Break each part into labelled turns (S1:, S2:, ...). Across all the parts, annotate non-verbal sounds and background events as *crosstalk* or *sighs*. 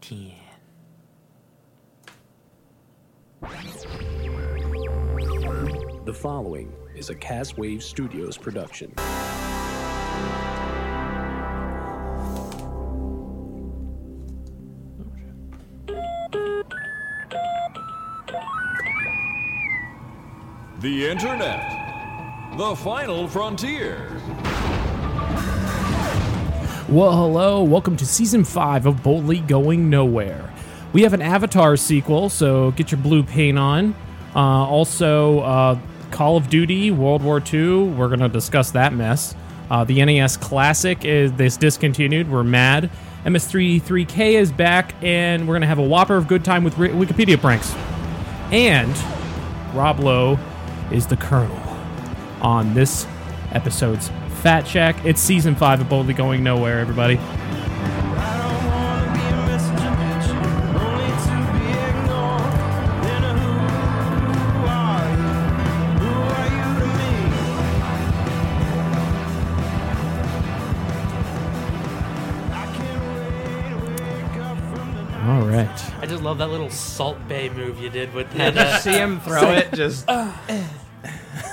S1: 10.
S2: The following is a Caswave Studios production.
S3: The Internet. The Final Frontier.
S4: Well, hello. Welcome to season five of Boldly Going Nowhere. We have an Avatar sequel, so get your blue paint on. Uh, also, uh, Call of Duty, World War II. We're going to discuss that mess. Uh, the NES Classic is this discontinued. We're mad. MS33K E is back, and we're going to have a whopper of good time with ri Wikipedia pranks. And Rob Lowe is the Colonel on this episode's Fat Shack. It's season five of Boldly Going Nowhere, everybody. All right. *laughs*
S1: I just love that little Salt Bay move you did with that. uh,
S5: see him throw it just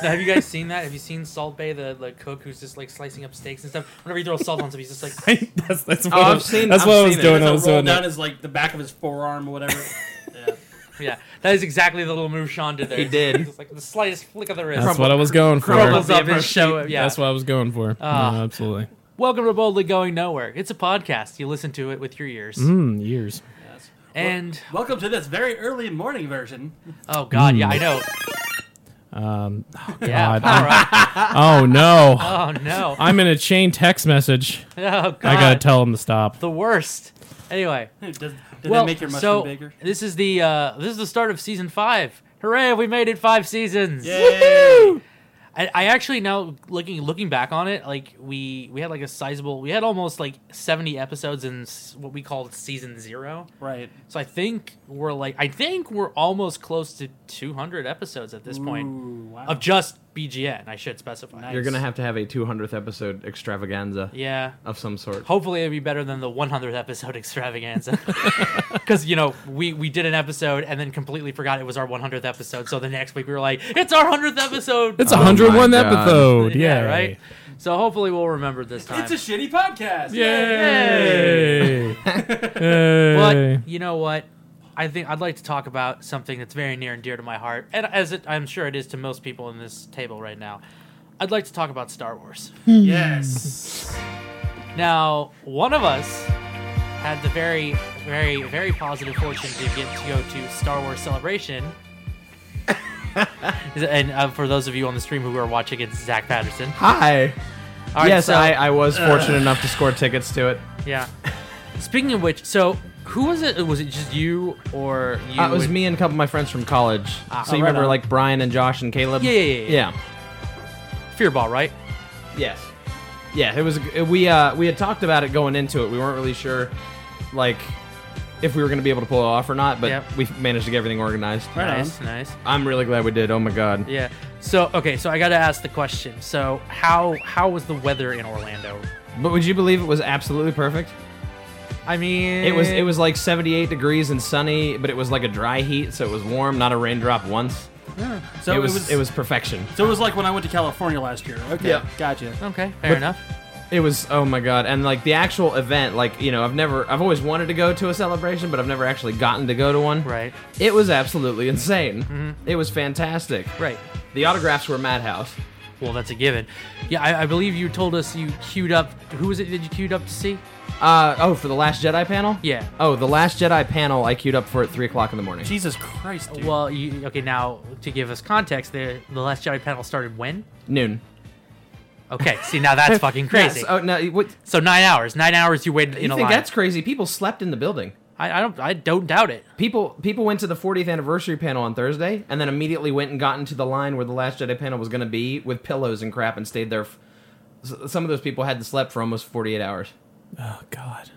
S1: have you guys seen that? Have you seen Salt Bay, the, the cook who's just like slicing up steaks and stuff? Whenever you throw salt on something, he's just like, *laughs*
S4: that's that's what,
S5: Oh, I've
S4: I was-
S5: seen-
S4: that's
S5: I've
S4: what I was
S5: seen it.
S4: doing. I
S6: It'll
S4: was
S6: roll
S4: doing
S6: down
S4: it.
S6: his like the back of his forearm
S1: *laughs*
S6: or whatever. yeah.
S1: yeah. That is exactly the little move Sean did there.
S5: He did.
S1: Just like the slightest flick of the wrist.
S4: That's what I was going for.
S5: crumbles
S1: Pulls up his show. Yeah.
S4: That's what I was going for.
S1: Ah.
S4: No, absolutely.
S1: Welcome to Boldly Going Nowhere. It's a podcast. You listen to it with your ears.
S4: Mm, years.
S6: Yes.
S1: And
S6: Welcome to this very early morning version. *laughs*
S1: oh god, yeah, I know.
S4: Um, oh,
S1: Yeah.
S4: Mm. God.
S1: all right.
S4: *laughs*
S1: *laughs*
S4: oh no.
S1: Oh no.
S4: I'm in a chain text message.
S1: Oh god.
S4: I gotta tell him to stop.
S1: the worst. Anyway,
S6: Does, did
S1: well,
S6: they make your mushroom
S1: so
S6: bigger?
S1: this is the uh, this is the start of season five. Hooray! We made it five seasons.
S6: Yay!
S1: I, I actually now looking looking back on it, like we we had like a sizable, we had almost like seventy episodes in s- what we called season zero.
S6: Right.
S1: So I think we're like I think we're almost close to two hundred episodes at this point
S6: Ooh, wow.
S1: of just BGN. I should specify.
S6: Nice.
S5: You're gonna have to have a 200th episode extravaganza
S1: Yeah.
S5: of some sort.
S1: Hopefully it'll be better than the 100th episode *laughs* extravaganza, because you know we we did an episode and then completely forgot it was our 100th episode. So the next week we were like, it's our 100th episode.
S4: It's a
S5: Oh
S1: *laughs*
S5: my
S4: 101
S5: God.
S4: episode. Yeah,
S1: right. So hopefully we'll remember this time.
S6: It's a shitty podcast.
S4: Yay! Yay.
S1: But you know *laughs* what? I think I'd like to talk about something that's very near and dear to my heart, and as it, I'm sure it is to most people in this table right now. I'd like to talk about Star Wars.
S6: Yes.
S1: Now, one of us had the very, very, very positive fortune to get to go to Star Wars Celebration. and uh, for those of you on the stream who are watching, it's Zach Patterson.
S5: Hi.
S1: All right,
S5: yes,
S1: so-
S5: I, I was fortunate enough to score tickets to it.
S1: Yeah. Speaking of which, so who was it? Was it just you or you?
S5: Uh, it was
S1: and-
S5: me and a couple of my friends from college. so you
S1: right
S5: remember
S1: on.
S5: like Brian and Josh and Caleb?
S1: Yeah, yeah, yeah, Fearball, right?
S5: Yeah. Yes. Yeah, it was. We uh, we had talked about it going into it. We weren't really sure, like, if we were gonna be able to pull it off or not. But
S1: Yep.
S5: we managed to get everything organized.
S6: Right on.
S1: nice, nice.
S5: I'm really glad we did. Oh my god.
S1: Yeah. So okay, so I got to ask the question. So how how was the weather in Orlando?
S5: But would you believe it was absolutely perfect?
S1: I mean,
S5: It was it was like 78 degrees and sunny, but it was like a dry heat, so it was warm, not a raindrop once.
S6: So
S5: it was it was, perfection.
S6: So it was like when I went to California last year. Okay.
S5: Yeah.
S6: Gotcha.
S1: okay, fair
S5: But-
S1: enough.
S5: It was oh my god, and like the actual event, like you know, I've never I've always wanted to go to a celebration, but I've never actually gotten to go to one.
S1: Right. Mm-hmm.
S5: It was absolutely insane. It was fantastic.
S1: Right.
S5: The autographs were madhouse.
S1: Well, that's a given. Yeah, I, I believe you told us you queued up. Who was it that you queued up to see? Uh,
S5: Uh oh, for the Last Jedi panel.
S1: Yeah.
S5: Oh, the Last Jedi panel I queued up for at three o'clock in the morning.
S6: Jesus Christ, dude.
S1: Well, you, okay, now to give us context, the the Last Jedi panel started when?
S5: Noon.
S1: Okay, see now
S5: *laughs*
S1: that's fucking crazy.
S5: Yes. Oh no. What?
S1: so nine hours, nine hours you waited
S5: You
S1: in a
S5: think
S1: line.
S5: that's crazy? People slept in the building.
S1: I, I don't, I don't doubt it.
S5: people people went to the 40th anniversary panel on Thursday and then immediately went and got into the line where the last Jedi panel was going to be with pillows and crap and stayed there. F- s- some of those people hadn't slept for almost 48 hours.
S4: Oh God.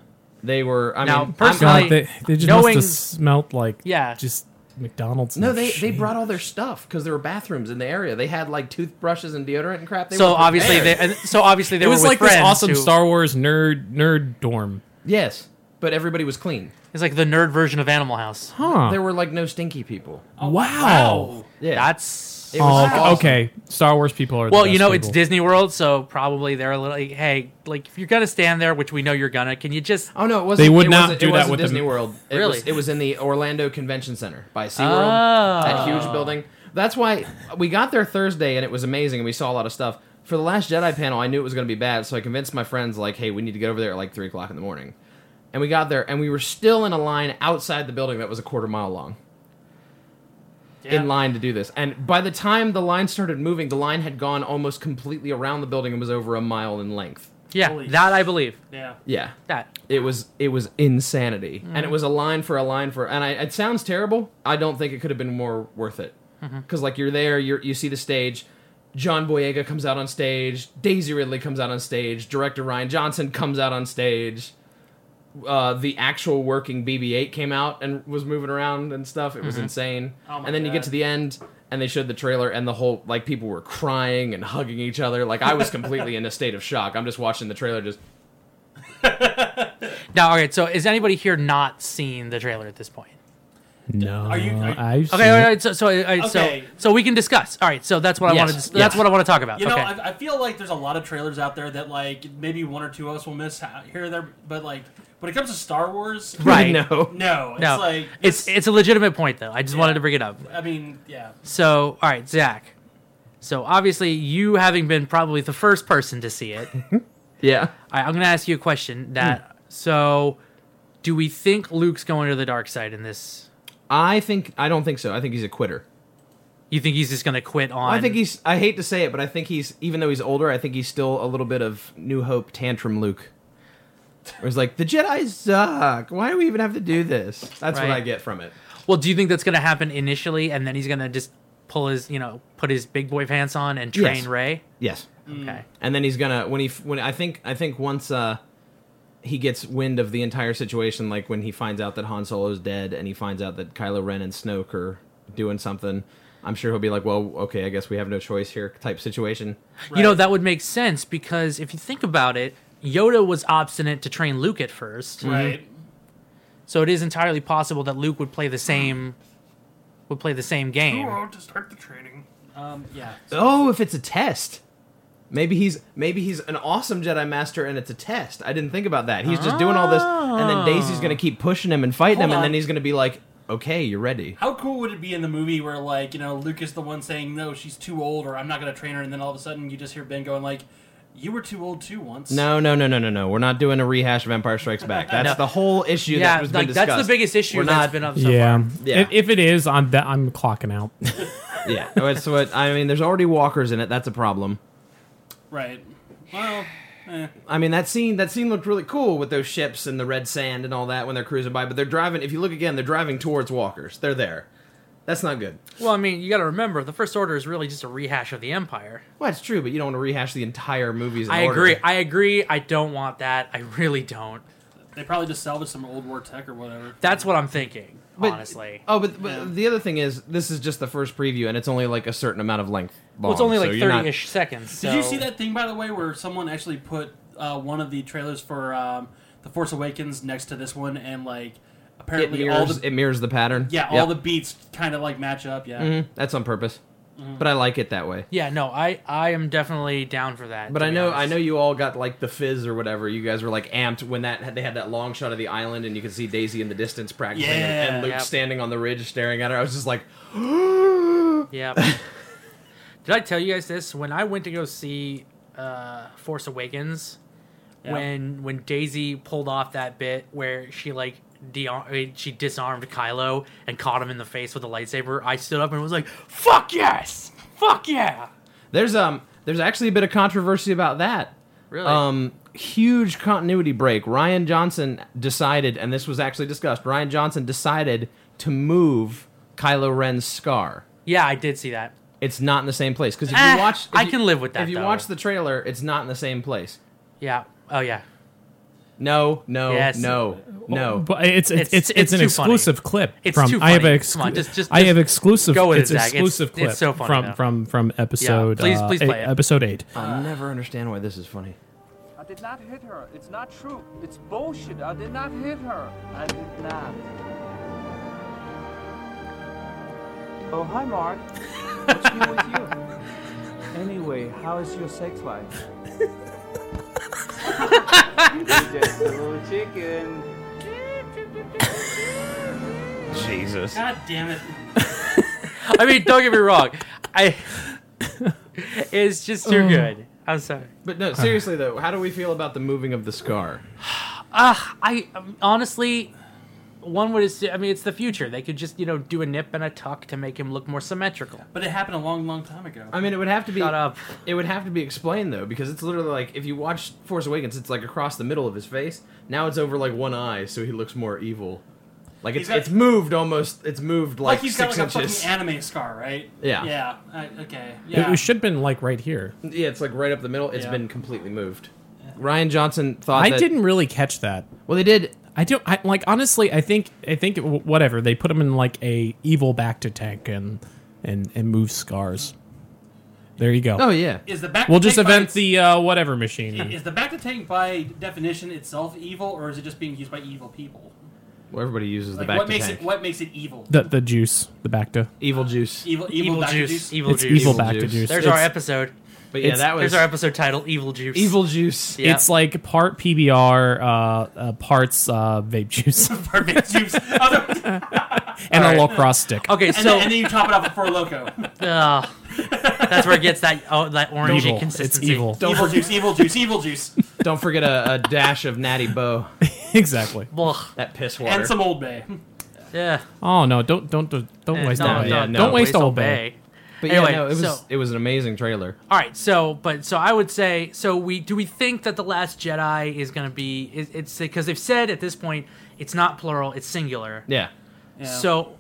S5: They were. I
S1: Now,
S5: mean,
S1: personally-
S5: I'm-
S4: God, they, they just
S1: Knowing-
S4: must have smelt like
S1: Yeah.
S4: just McDonald's.
S5: no,
S4: and
S5: they they
S4: shit.
S5: brought all their stuff because there were bathrooms in the area. They had like toothbrushes and deodorant and crap. They
S1: so
S5: were
S1: obviously,
S5: prepared.
S1: they, and so obviously they
S4: It
S1: were
S4: was
S1: with
S4: like this
S1: friends
S4: awesome
S1: who-
S4: Star Wars nerd nerd dorm.
S5: yes. but everybody was clean.
S1: It's like the nerd version of Animal House.
S4: Huh.
S5: There were like no stinky people.
S4: wow.
S5: Yeah,
S1: That's
S5: it
S4: Oh,
S5: was awesome.
S4: okay. Star Wars people are. the
S1: well,
S4: best
S1: you know, it's
S4: people.
S1: Disney World, so probably they're a little like, hey, like if you're gonna stand there, which we know you're gonna, can you just?
S5: Oh no, it wasn't.
S4: They would
S5: it
S4: not
S5: wasn't-
S4: do
S5: it
S4: that
S5: wasn't
S4: with the-
S5: Disney World. It
S1: Really?
S5: was, it was in the Orlando Convention Center by SeaWorld.
S1: Oh.
S5: That huge building. That's why we got there Thursday and it was amazing and we saw a lot of stuff. For the Last Jedi panel, I knew it was going to be bad, so I convinced my friends like, "Hey, we need to get over there at like three o'clock in the morning." And we got there, and we were still in a line outside the building that was a quarter mile long. In line to do this, and by the time the line started moving, the line had gone almost completely around the building and was over a mile in length.
S1: Yeah,
S6: Holy
S1: that I believe.
S6: Yeah.
S5: Yeah,
S1: That
S5: it was it was insanity, and it
S6: Mm.
S5: was a line for a line for, and I, it sounds terrible. I don't think it could have been more worth it, because
S6: Mm-hmm.
S5: like you're there, you you see the stage. John Boyega comes out on stage. Daisy Ridley comes out on stage. Director Ryan Johnson comes out on stage. Uh, the actual working BB-8 came out and was moving around and stuff. It was insane.
S6: Oh my
S5: and then you get
S6: God.
S5: to the end, and they showed the trailer, and the whole like people were crying and hugging each other. Like I was completely in a state of shock. I'm just watching the trailer, just *laughs*
S1: now, all right. So, is anybody here not seen the trailer at this point?
S4: No.
S6: Are you- are you-
S4: I've seen
S1: Okay, all
S4: it.
S1: right. So, so, all right,
S6: Okay.
S1: so, so we can discuss. All right. So that's what I
S5: Yes,
S1: wanted. To,
S5: yes.
S1: That's what I want to talk about.
S6: You know,
S1: okay.
S6: I, I feel like there's a lot of trailers out there that like maybe one or two of us will miss ho- here or there, but like when it comes to Star Wars,
S1: *laughs* right.
S5: *laughs* no.
S6: No, it's
S1: No,
S6: like
S1: it's it's a legitimate point though. I just wanted to bring it up.
S6: I mean, yeah,
S1: So, all right, Zach. So obviously, you having been probably the first person to see it, *laughs*
S5: Yeah.
S1: I, I'm going to ask you a question. That so, do we think Luke's going to the dark side in this?
S5: I think I don't think so. I think he's a quitter.
S1: You think he's just going to quit on?
S5: I think he's I hate to say it, but I think he's even though he's older, I think he's still a little bit of New Hope tantrum Luke. Where he's like, the Jedi suck. Why do we even have to do this? That's what
S1: Right.
S5: I get from it.
S1: Well, do you think that's going to happen initially, and then he's going to just pull his, you know, put his big boy pants on and train
S5: Yes.
S1: Ray?
S5: Yes.
S1: Okay.
S5: And then he's gonna when he f- when I think I think once uh he gets wind of the entire situation, like when he finds out that Han Solo's dead and he finds out that Kylo Ren and Snoke are doing something, I'm sure he'll be like, Well, okay, I guess we have no choice here type situation.
S1: You know,
S6: Right.
S1: that would make sense because if you think about it, Yoda was obstinate to train Luke at first.
S6: right.
S1: So it is entirely possible that Luke would play the same would play the same game.
S6: to start the training. Um, yeah.
S5: Oh, if it's a test. Maybe he's maybe he's an awesome Jedi master and it's a test. I didn't think about that. He's just doing all this and then Daisy's going to keep pushing him and fighting
S6: Hold
S5: him
S6: on.
S5: and then he's going to be like, "Okay, you're ready."
S6: How cool would it be in the movie where like you know Luke is the one saying no, she's too old, or I'm not gonna train her, and then all of a sudden you just hear Ben going like, "You were too old too once."
S5: No, no, no, no, no, no. We're not doing a rehash of Empire
S1: *laughs*
S5: Strikes Back. That's
S1: No.
S5: the whole issue
S1: yeah,
S5: that was
S1: like
S5: been discussed.
S1: that's the biggest issue
S5: We're
S1: that's
S5: not,
S1: been up so
S4: Yeah.
S5: Yeah.
S4: If, if it is, I'm that I'm clocking out.
S5: yeah. That's what I mean. There's already walkers in it. That's a problem.
S6: Right. Well, eh.
S5: I mean that scene that scene looked really cool with those ships and the red sand and all that when they're cruising by, but they're driving if you look again, they're driving towards walkers. They're there. That's not good.
S1: far. Well, I mean, you got to remember the First Order is really just a rehash of the Empire.
S5: Well, it's true, but you don't want to rehash the entire movies. In
S1: I
S5: order.
S1: agree. I agree. I don't want that. I really don't.
S6: they probably just salvaged some old war tech or whatever.
S1: That's what I'm thinking,
S5: But-
S1: honestly.
S5: Oh, but, but the other thing is, this is just the first preview, and it's only like a certain amount of length. Long,
S1: Well, it's only
S5: so
S1: like
S5: you're not-
S1: 30-ish seconds.
S6: Did you
S1: so-
S6: see that thing by the way where someone actually put uh, one of the trailers for um, the Force Awakens next to this one, and like
S5: It
S6: apparently all
S5: mirrors,
S6: the
S5: it mirrors the pattern.
S6: yeah all
S5: Yep.
S6: the beats kind of like match up. Yeah.
S1: Mm-hmm.
S5: Mhm, That's on purpose,
S6: Mm-hmm.
S5: but I like it that way.
S1: Yeah, no, I I am definitely down for that.
S5: But
S1: to
S5: I
S1: be
S5: know, I
S1: honest.
S5: know you all got like the fizz or whatever. You guys were like amped when that they had that long shot of the island, and you could see Daisy in the distance practicing, and,
S6: Yeah.
S5: and Luke
S1: Yep.
S5: standing on the ridge staring at her. I was just like, *gasps* *laughs*
S1: Yeah. Did I tell you guys this? When I went to go see uh, Force Awakens,
S6: Yeah.
S1: when when Daisy pulled off that bit where she like de- I mean, she disarmed Kylo and caught him in the face with a lightsaber, I stood up and was like, "Fuck yes, fuck yeah!"
S5: There's um there's actually a bit of controversy about that.
S1: *laughs* Really?
S5: Um huge continuity break. Ryan Johnson decided and this was actually discussed. Ryan Johnson decided to move Kylo Ren's scar.
S1: Yeah, I did see that.
S5: It's not in the same place cuz if
S1: Eh,
S5: you watch if
S1: I
S5: you-
S1: can live with that,
S5: If you
S1: though.
S5: watch the trailer, it's not in the same place.
S1: Yeah. Oh yeah.
S5: No, no,
S1: Yes.
S5: no. No.
S4: But it's it's it's,
S1: It's- it's
S4: an
S1: too funny.
S4: exclusive clip.
S1: It's
S4: from
S1: too
S4: I have
S1: funny.
S4: an
S1: Come on, just- just-
S4: I have
S1: just
S4: exclusive.
S1: go with it,
S4: it's an
S1: Zach. It's-
S4: exclusive
S1: it's
S4: clip
S1: so funny,
S4: from
S1: though.
S4: from from episode.
S1: please-
S4: uh,
S1: please
S4: eight-
S1: play it.
S4: Episode eight.
S5: I'll never understand why this is funny.
S7: did not hit her. It's not true. It's bullshit. I did not hit her. I did not. Oh, hi, Mark. What's new with you? *laughs* Anyway, how is your sex life? *laughs* just a little chicken.
S8: Jesus.
S6: God damn it.
S1: I mean, don't get me wrong. I. *laughs* it's just
S5: Um,
S1: too good. I'm sorry.
S5: But *sighs* no, seriously though, how do we feel about the moving of the scar?
S1: Ah, I um, honestly, one would. Assume, I mean, it's the future. They could just you know do a nip and a tuck to make him look more symmetrical.
S6: But it happened a long, long time ago.
S5: I mean, it would have to be
S1: Shut up.
S5: It would have to be explained though, because it's literally like if you watch Force Awakens, it's like across the middle of his face. Now it's over like one eye, so he looks more evil. Like it's
S6: He's got-
S5: it's moved almost. It's moved like,
S6: like he's got
S5: six
S6: like a
S5: inches.
S6: fucking anime scar, right?
S5: Yeah.
S6: Yeah. I, okay.
S4: It,
S6: Yeah.
S4: it should have been like right here.
S5: yeah, it's like right up the middle. It's
S6: Yeah.
S5: been completely moved. Ryan Johnson thought
S4: I
S5: that-
S4: didn't really catch that.
S5: Well, they did.
S4: I don't I, like honestly. I think I think it- whatever they put him in like a evil back to tank and and and move scars. There you go.
S5: Oh yeah.
S6: is the back?
S4: we'll
S6: to
S4: just
S6: tank
S4: event
S6: by-
S4: the uh, whatever
S1: *laughs*
S4: machine.
S6: Is the back to tank by definition itself evil, or is it just being used by evil people?
S5: Well, everybody uses the
S6: Like
S5: back
S6: what
S5: to
S6: makes
S5: tank.
S6: it what makes it evil?
S4: the the juice, the Bacta.
S5: Evil juice.
S6: Evil, evil,
S1: Evil,
S6: Dr.
S1: juice.
S6: Juice. *laughs*
S1: Evil
S4: It's
S1: juice.
S4: evil
S5: Evil
S4: Bacta
S5: juice.
S4: juice.
S1: There's
S4: It's-
S1: our episode.
S5: But yeah,
S4: it's-
S5: that was
S1: There's our episode title. Evil juice.
S5: *laughs* evil juice.
S1: Yeah.
S4: It's like part PBR, uh, uh, parts uh, vape juice, *laughs*
S6: Perfect juice. Other- and,
S4: and a lacrosse stick.
S1: Okay, so
S6: then, and then you top it off with Four Loco.
S1: uh, that's where it gets that oh, that orangey
S4: Evil. It's
S1: consistency.
S4: evil.
S6: evil juice. Evil juice. Evil juice.
S5: Don't forget a, a dash of Natty Bo.
S4: *laughs* exactly.
S1: Ugh,
S5: That piss water.
S6: *laughs* and some Old Bay.
S1: yeah.
S4: Oh no! Don't don't don't, don't
S1: Eh,
S4: waste
S1: no,
S4: all
S1: no,
S4: Bay.
S1: no,
S5: yeah, no.
S4: Don't waste all
S1: Old
S4: Bay.
S1: Bay.
S5: but
S1: anyway,
S5: yeah, no, it was
S1: so-
S5: it was an amazing trailer.
S1: All right, so but so I would say so we do we think that the Last Jedi is going to be is, it's because they've said at this point it's not plural, it's singular.
S5: Yeah.
S6: Yeah.
S1: So,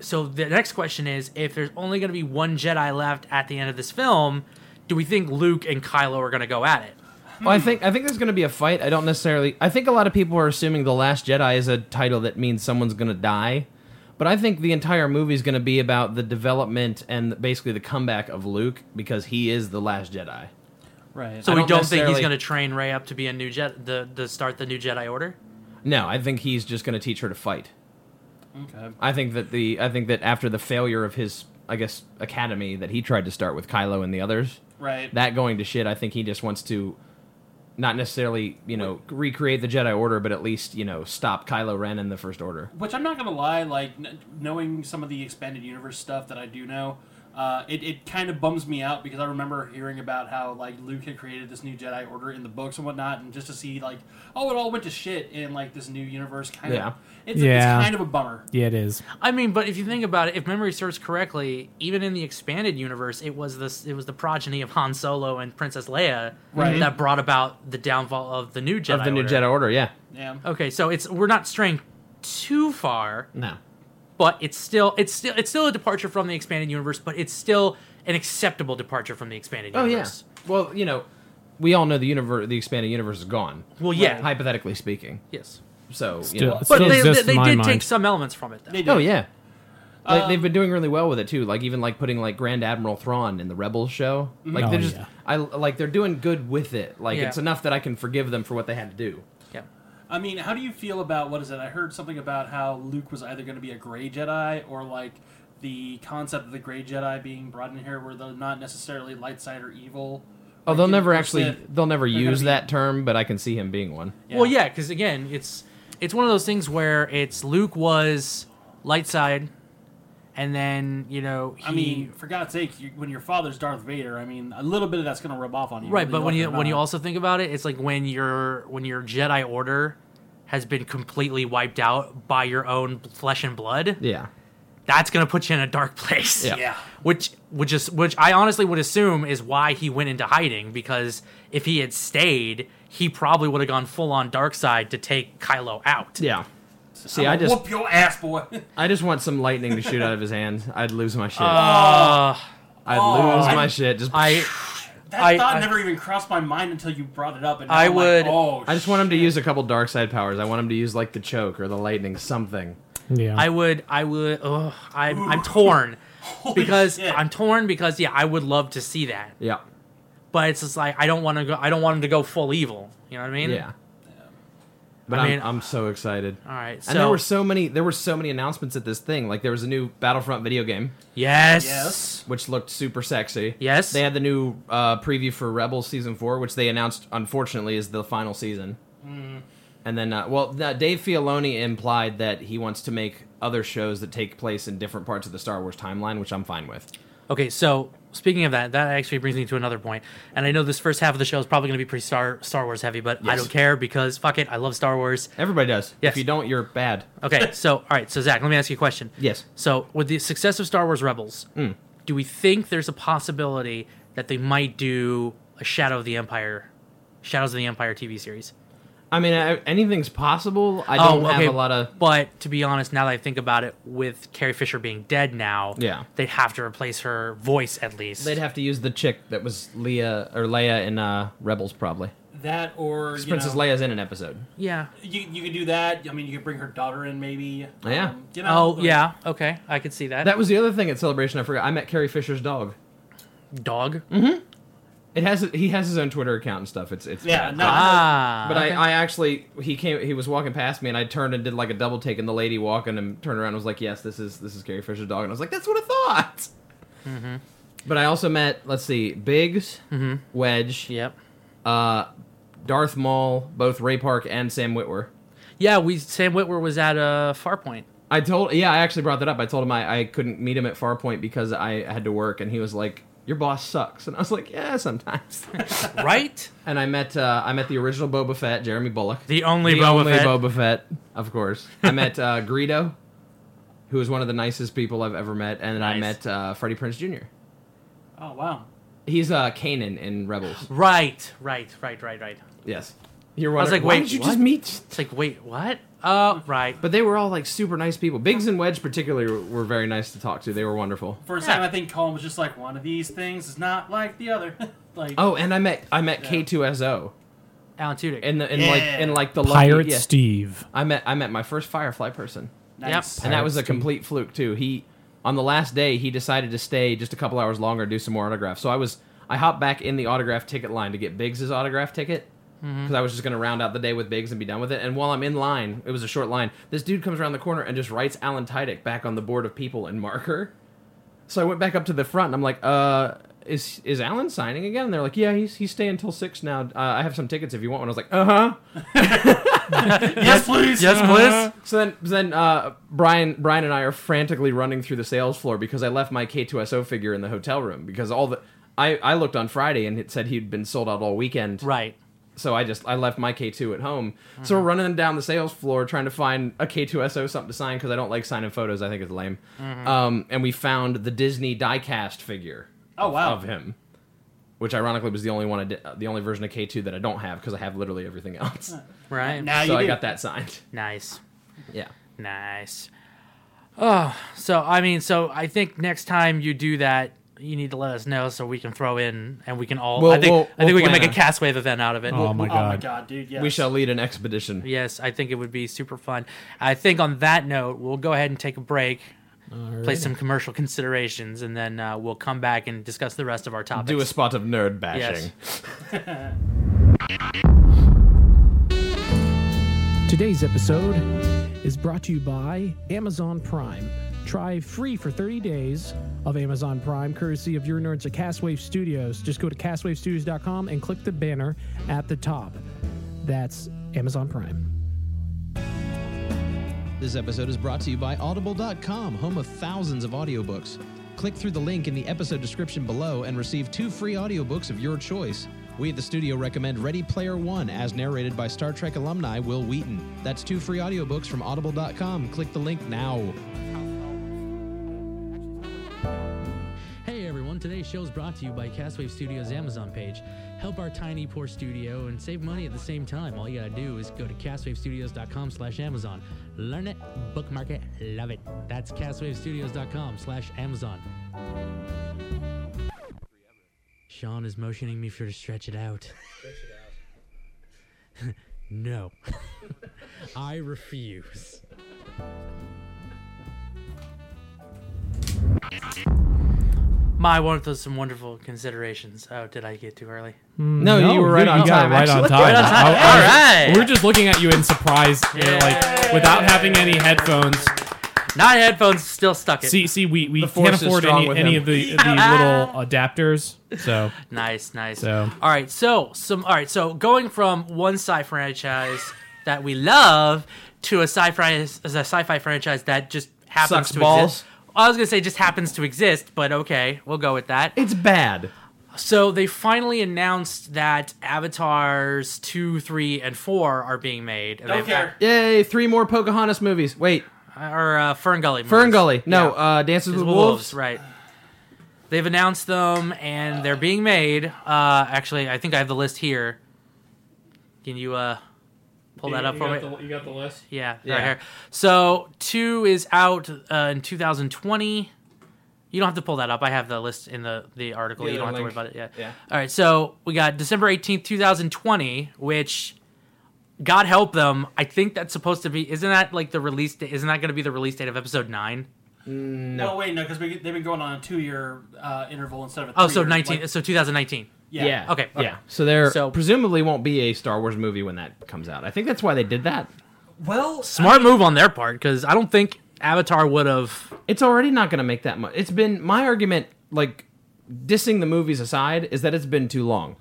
S1: so the next question is: If there's only going to be one Jedi left at the end of this film, do we think Luke and Kylo are going to go at it?
S5: Well, I think I think there's going to be a fight. I don't necessarily. I think a lot of people are assuming the Last Jedi is a title that means someone's going to die, but I think the entire movie is going to be about the development and basically the comeback of Luke because he is the Last Jedi.
S6: right.
S1: So
S5: I
S1: we
S5: don't
S1: don't think he's
S5: necessarily-
S1: going to train Rey up to be a new Jedi, the to start the new Jedi Order.
S5: No, I think he's just going to teach her to fight.
S6: okay.
S5: I think that the I think that after the failure of his I guess academy that he tried to start with Kylo and the others,
S6: Right.
S5: that going to shit, I think he just wants to not necessarily, you know, recreate the Jedi order, but at least, you know, stop Kylo Ren and the First Order.
S6: Which I'm not gonna lie, like n- knowing some of the expanded universe stuff that I do know, uh, it it kind of bums me out because I remember hearing about how like Luke had created this new Jedi Order in the books and whatnot, and just to see like oh it all went to shit in like this new universe kind
S5: Yeah.
S6: of it's,
S4: Yeah.
S6: it's kind of a bummer.
S4: Yeah, it is.
S1: I mean, but if you think about it, if memory serves correctly, even in the expanded universe, it was this it was the progeny of Han Solo and Princess Leia
S6: Right.
S1: that brought about the downfall of the new Jedi.
S5: of the new
S1: Order.
S5: Jedi order, yeah.
S6: Yeah.
S1: Okay, so it's we're not straying too far.
S5: No.
S1: but it's still it's still it's still a departure from the expanded universe, but it's still an acceptable departure from the expanded
S5: Oh yeah.
S1: universe.
S5: Well, you know, we all know the universe, the expanded universe is gone.
S1: Well, yeah.
S5: hypothetically speaking.
S1: Yes.
S5: So, you
S4: Still-
S5: know,
S4: it's
S1: But
S4: Still
S1: they, they,
S4: exists in
S1: they
S4: my
S1: did
S4: mind.
S1: take some elements from it, though.
S6: They do.
S5: Oh yeah. Like,
S1: Um,
S5: they've been doing really well with it too. Like even like putting like Grand Admiral Thrawn in the Rebels show. Like
S4: Oh,
S5: they're just
S4: yeah.
S5: I like they're doing good with it. Like
S1: Yeah.
S5: it's enough that I can forgive them for what they had to do.
S1: Yeah.
S6: I mean, how do you feel about what is it? I heard something about how Luke was either going to be a gray Jedi or like the concept of the gray Jedi being brought in here, where they're not necessarily light side or evil.
S5: Oh,
S6: Like,
S5: they'll
S6: you-
S5: never
S6: or
S5: actually
S6: Sith.
S5: they'll never
S6: gonna
S5: use
S6: be-
S5: that term, but I can see him being one.
S1: Well, yeah, because again, it's it's one of those things where it's Luke was light side, and then you know he.
S6: I mean, for God's sake, you, when your father's Darth Vader, I mean, a little bit of that's going to rub off on you.
S1: Right,
S6: whether
S1: but when
S6: like it
S1: you
S6: or
S1: when you
S6: not.
S1: also think about it, it's like when your when your Jedi Order has been completely wiped out by your own flesh and blood.
S5: Yeah.
S1: that's gonna put you in a dark place.
S5: Yeah.
S6: Yeah.
S1: Which would just which I honestly would assume is why he went into hiding, because if he had stayed, he probably would have gone full on dark side to take Kylo out.
S5: Yeah. See,
S6: I'ma
S5: I just
S6: whoop your ass, boy. *laughs*
S5: I just want some lightning to shoot out of his hand. I'd lose my shit.
S1: Uh,
S5: I'd lose my shit. Just I,
S1: I
S6: that
S1: I-
S6: thought
S1: I-
S6: never even crossed my mind until you brought it up. And now
S1: I
S6: I'm like,
S1: would-
S6: oh,
S5: just want him to use a couple dark side powers. I want him to use like the choke or the lightning something.
S4: Yeah.
S1: I would I would ugh, I'm I'm
S6: *laughs*
S1: torn. because
S6: shit.
S1: I'm torn because yeah, I would love to see that.
S5: Yeah.
S1: But it's just like I don't wanna go I don't want him to go full evil. You know what I mean?
S5: Yeah. But
S1: I
S5: I
S1: mean-
S5: am I'm so excited.
S1: All right. So
S5: And there were so many there were so many announcements at this thing. Like there was a new Battlefront video game
S1: yes.
S6: Yes.
S5: which looked super sexy.
S1: Yes.
S5: They had the new uh, preview for Rebels season 4 which they announced unfortunately is the final season. And then uh, well uh, Dave Filoni implied that he wants to make other shows that take place in different parts of the Star Wars timeline, which I'm fine with.
S1: Okay, so speaking of that, that actually brings me to another point. And I know this first half of the show is probably going to be pretty Star Star Wars heavy, but I
S5: Yes.
S1: don't care because fuck it, I love Star Wars.
S5: Everybody does.
S1: Yes.
S5: If you don't, you're bad. *laughs*
S1: Okay, so all right, so Zach, let me ask you a question.
S5: Yes.
S1: So with the success of Star Wars Rebels,
S5: Mm.
S1: do we think there's a possibility that they might do a Shadow of the Empire, Shadows of the Empire TV series?
S5: I mean, I, anything's possible. I don't
S1: Oh, okay,
S5: have a lot of.
S1: But to be honest, now that I think about it, with Carrie Fisher being dead now,
S5: Yeah.
S1: they'd have to replace her voice at least.
S5: They'd have to use the chick that was Leia or Leia in uh, Rebels, probably.
S6: That or you
S5: Princess
S6: know,
S5: Leia's in an episode.
S1: yeah.
S6: You, you could do that. I mean, you could bring her daughter in, maybe.
S5: Yeah.
S6: Um, you know,
S1: Oh
S6: like-
S1: yeah. Okay, I could see
S5: That was the other thing at Celebration. I forgot. I met Carrie Fisher's dog.
S1: dog.
S5: It has he has his own Twitter account and stuff. It's it's
S6: Yeah.
S5: bad.
S6: No,
S1: Ah,
S5: But I, I actually he came he was walking past me and I turned and did like a double take and the lady walking and turned around and was like yes this is this is Carrie Fisher's dog and I was like that's what I thought. But I also met let's see Biggs, Wedge,
S1: yep.
S5: uh, Darth Maul, both Ray Park and Sam Witwer.
S1: Yeah, we Sam Witwer was at uh, Farpoint.
S5: I told yeah I actually brought that up. I told him I, I couldn't meet him at Farpoint because I had to work and he was like your boss sucks and I was like yeah sometimes.
S1: *laughs*
S5: *laughs*
S1: right?
S5: And I met uh, I met the original Boba Fett, Jeremy Bullock.
S1: The only Boba
S5: only
S1: Fett.
S5: Boba Fett, of course. I met uh, Greedo, who is one of the nicest people I've ever met, and
S1: Nice.
S5: I met uh, Freddie Prince Jr.
S6: Oh wow.
S5: He's uh, Kanan in Rebels.
S1: Right, right, right, right, right.
S5: Yes, you're
S1: was
S5: wondering,
S1: like, wait,
S5: why did you
S1: what?
S5: just meet?
S1: It's like, wait, what? Oh, right.
S5: But they were all like super nice people. Biggs and Wedge particularly were- were very nice to talk to. They were wonderful.
S6: For a
S1: Yeah.
S6: second, I think Colin was just like one of these things is not like the other. *laughs* like
S5: Oh, and I met I met
S6: Yeah.
S5: K2SO
S1: Alan Tudyk.
S5: in the in like
S6: Yeah.
S5: in like the
S4: Pirate
S5: lucky, yeah.
S4: Steve.
S5: I met I met my first Firefly person.
S6: nice.
S5: and that was a
S4: Pirates do.
S5: complete fluke too. He on the last day he decided to stay just a couple hours longer and do some more autographs. So I was I hopped back in the autograph ticket line to get Biggs's autograph ticket because I was just going to round out the day with Biggs and be done with it. And while I'm in line, it was a short line. This dude comes around the corner and just writes Alan Tidek back on the board of people in marker. So I went back up to the front and I'm like, uh. Is is Alan signing again? And they're like, yeah, he's he's staying till six now. Uh, I have some tickets if you want one. I was like, uh huh.
S6: *laughs* Yes, please.
S1: yes, please.
S5: So then, so then uh, Brian, Brian and I are frantically running through the sales floor because I left my K2SO figure in the hotel room because all the I, I looked on Friday and it said he'd been sold out all weekend.
S1: Right.
S5: So I just I left my K2 at home.
S6: Mm-hmm.
S5: So we're running down the sales floor trying to find a K2SO something to sign because I don't like signing photos. I think it's lame.
S6: Mm-hmm.
S5: Um, and we found the Disney diecast figure
S6: *laughs* Oh wow.
S5: of him, which ironically was the only one I did, the only version of K2 that I don't have because I have literally everything else.
S1: Right.
S6: Now you
S5: so I
S6: do.
S5: got that signed.
S1: Nice.
S5: Yeah.
S1: Nice. Oh, so I mean, so I think next time you do that, you need to let us know so we can throw in and we can all.
S5: We'll-
S1: I think
S5: we'll-
S1: I think
S5: we'll
S1: we can
S5: plan
S1: make a
S5: a-
S1: cast wave event out of it.
S4: Oh my
S6: Oh my
S4: god.
S6: god, dude. Yes.
S5: We shall lead an expedition.
S1: Yes, I think it would be super fun. I think on that note, we'll go ahead and take a break, play some commercial considerations, and then uh, we'll come back and discuss the rest of our topics.
S5: do a spot of nerd bashing.
S4: Today's episode is brought to you by Amazon Prime. Try free for 30 days of Amazon Prime, courtesy of your nerds at Castwave Studios. Just go to castwavestudios.com and click the banner at the top. That's Amazon Prime.
S9: This episode is brought to you by Audible.com, home of thousands of audiobooks. Click through the link in the episode description below and receive two free audiobooks of your choice. We at the studio recommend Ready Player One, as narrated by Star Trek alumni Will Wheaton. That's two free audiobooks from Audible.com. Click the link now.
S1: Hey everyone, today's show is brought to you by Castwave Studios Amazon page. Help our tiny poor studio and save money at the same time. All you gotta do is go to castwavestudios.com slash Amazon. Learn it, bookmark it, love it. That's castwavestudios.com slash Amazon. Sean is motioning me for to stretch it out. Stretch it out. *laughs* no. I refuse. My, one of those some wonderful considerations. Oh, did I get too early?
S5: No, you were right
S4: dude,
S5: on
S4: you got
S5: time.
S4: it Right on
S5: actually.
S4: *laughs* time. I- I-
S1: All right.
S4: We were just looking at you in surprise, you know, like without having any headphones.
S1: Not headphones, still stuck it.
S4: See, see, we, we
S5: force
S4: can't
S5: is
S4: afford
S5: strong
S4: any,
S5: with
S4: any
S5: him.
S4: of the,
S1: *laughs*
S4: the little adapters. So
S1: Nice, nice.
S4: So-
S1: All right, so some. All right, so going from one sci franchise that we love to a sci franchise, a sci-fi franchise that just happens
S5: Sucks
S1: to
S5: balls.
S1: exist. I was gonna say just happens to exist, but okay, we'll go with that.
S5: It's bad.
S1: So they finally announced that Avatars two, three, and four are being made. And
S6: Don't
S1: they've got-
S6: care.
S5: Yay! Three more Pocahontas movies. Wait,
S1: Or uh, Fern Gully. movies.
S5: Fern Gully. No,
S1: Yeah.
S5: uh, Dances
S1: Is
S5: with
S1: Wolves,
S5: Wolves.
S1: right? They've announced them and they're being made. Uh, actually, I think I have the list here. Can you uh, pull that up for me?
S4: you got the list.
S1: yeah,
S5: Yeah.
S1: right here. So two is out uh, in 2020. You don't have to pull that up. I have the list in the the article.
S5: Yeah,
S1: you don't have
S5: the
S1: to worry
S5: link.
S1: about it yet.
S5: Yeah.
S1: All right. So we got December 18th, 2020, which. God help them. I think that's supposed to be. Isn't that like the release date? Isn't that going to be the release date of episode nine?
S6: No, wait, no, because they've been going on a two-year uh, interval instead of a
S1: Oh, so
S6: three-year,
S1: 19.
S6: like-
S1: so 2019.
S6: yeah.
S1: Okay, okay.
S5: Yeah. So there
S1: So-
S5: presumably won't be a Star Wars movie when that comes out. I think that's why they did that.
S6: Well,
S1: Smart move on their part because I don't think Avatar would have.
S5: It's already not going to make that much. It's been my argument, like dissing the movies aside, is that it's been too long.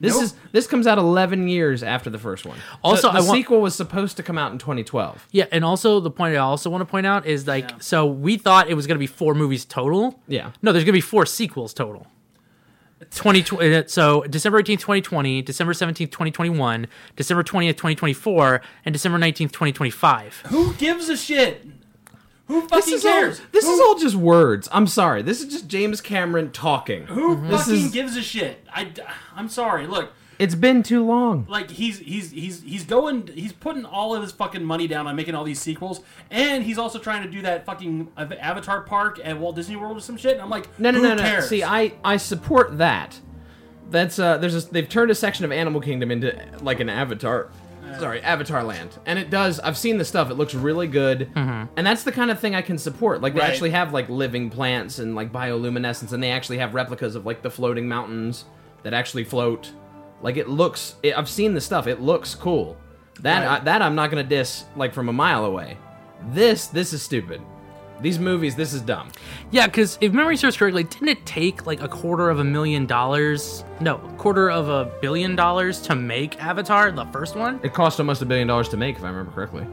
S5: This is this comes out 11 years after the first one.
S1: Also,
S5: the, the
S1: I want-
S5: sequel was supposed to come out in 2012.
S1: Yeah, and also the point I also want to point out is like,
S6: Yeah.
S1: so we thought it was going to be four movies total.
S5: Yeah.
S1: No, there's going to be four sequels total. 2020, uh, so December 18th, 2020, December 17th, 2021, December 20th, 2024, and December 19th, 2025.
S6: who gives a shit? Who fucking
S5: This is all,
S6: cares?
S5: this
S6: who,
S5: is all just words. I'm sorry. This is just James Cameron talking.
S6: Who
S5: Mhm. This
S6: fucking
S5: is-
S6: gives a shit? I, I'm sorry. Look,
S5: It's been too long.
S6: like he's he's he's he's going he's putting all of his fucking money down on making all these sequels, and he's also trying to do that fucking Av- Avatar Park at Walt Disney World or some shit. And I'm like,
S5: No, no,
S6: who
S5: no, no.
S6: cares?
S5: See, I I support that. That's uh, there's a, they've turned a section of Animal Kingdom into like an Avatar. Sorry, Avatar Land, and it does. I've seen the stuff; it looks really good, and that's the kind of thing I can support. Like they
S6: Mm-hmm. Right.
S5: actually have like living plants and like bioluminescence, and they actually have replicas of like the floating mountains that actually float. Like it looks. It, I've seen the stuff; it looks cool. That I, that I'm not gonna diss like from a mile away. This this is stupid. These movies, this is dumb.
S1: Yeah, because if memory serves correctly, didn't it take like a quarter of a million dollars? No, quarter of a billion dollars to make Avatar, the first one?
S5: It cost almost a billion dollars to make, if I remember correctly.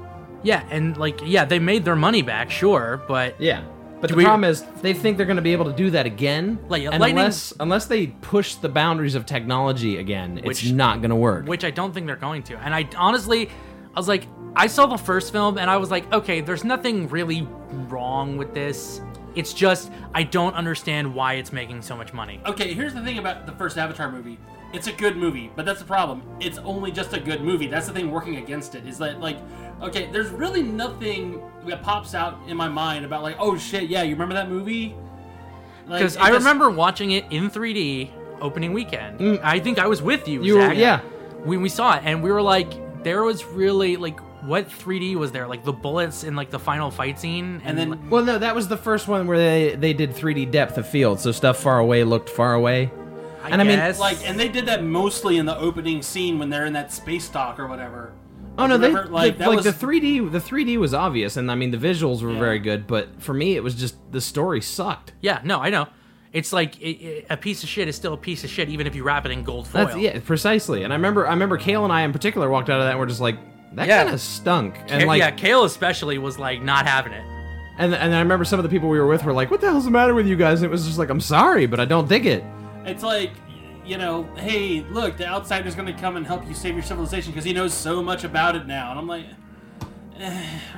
S1: Yeah, and like, yeah, they made their money back, sure, but
S5: Yeah. But the
S1: we-
S5: problem is, they think they're going to be able to do that again.
S1: Like,
S5: and
S1: lightning-
S5: unless, unless they push the boundaries of technology again,
S1: Which-
S5: it's not going to work.
S1: which I don't think they're going to. And I honestly, I was like, I saw the first film and I was like, okay, there's nothing really wrong with this. It's just I don't understand why it's making so much money.
S6: okay, here's the thing about the first Avatar movie. It's a good movie, but that's the problem. It's only just a good movie. That's the thing working against it is that like, okay, there's really nothing that pops out in my mind about like, oh shit, yeah, you remember that movie? Like,
S1: Because
S6: it
S1: I
S6: just-
S1: remember watching it in 3D opening weekend.
S6: Mm.
S1: I think I was with you.
S5: You were-
S1: Zach,
S5: yeah.
S1: When we saw it, and we were like, there was really like, what 3D was there? Like the bullets in like the final fight scene,
S6: and
S1: like,
S6: then
S5: well, no, that was the first one where they, they did 3D depth of field, so stuff far away looked far away. and I mean,
S1: guess.
S6: like, and they did that mostly in the opening scene when they're in that space dock or whatever.
S5: Oh no,
S6: Remember,
S5: they
S6: like,
S5: like,
S6: that
S5: like
S6: was-
S5: the 3D. The 3D was obvious, and I mean the visuals were very good. But for me, it was just the story sucked.
S1: Yeah, no, I know. It's like i i- a piece of shit is still a piece of shit, even if you wrap it in gold foil.
S5: That's yeah, precisely. And I remember, I remember Kale and I in particular walked out of that and we're just like, that
S1: Yeah.
S5: kind of stunk. And
S1: Ca-
S5: like,
S1: yeah, Kale especially was like not having it.
S5: and and I remember some of the people we were with were like, what the hell's the matter with you guys? And it was just like, I'm sorry, but I don't dig it.
S6: It's like, you know, hey, look, the outsider's going to come and help you save your civilization because he knows so much about it now. And I'm like,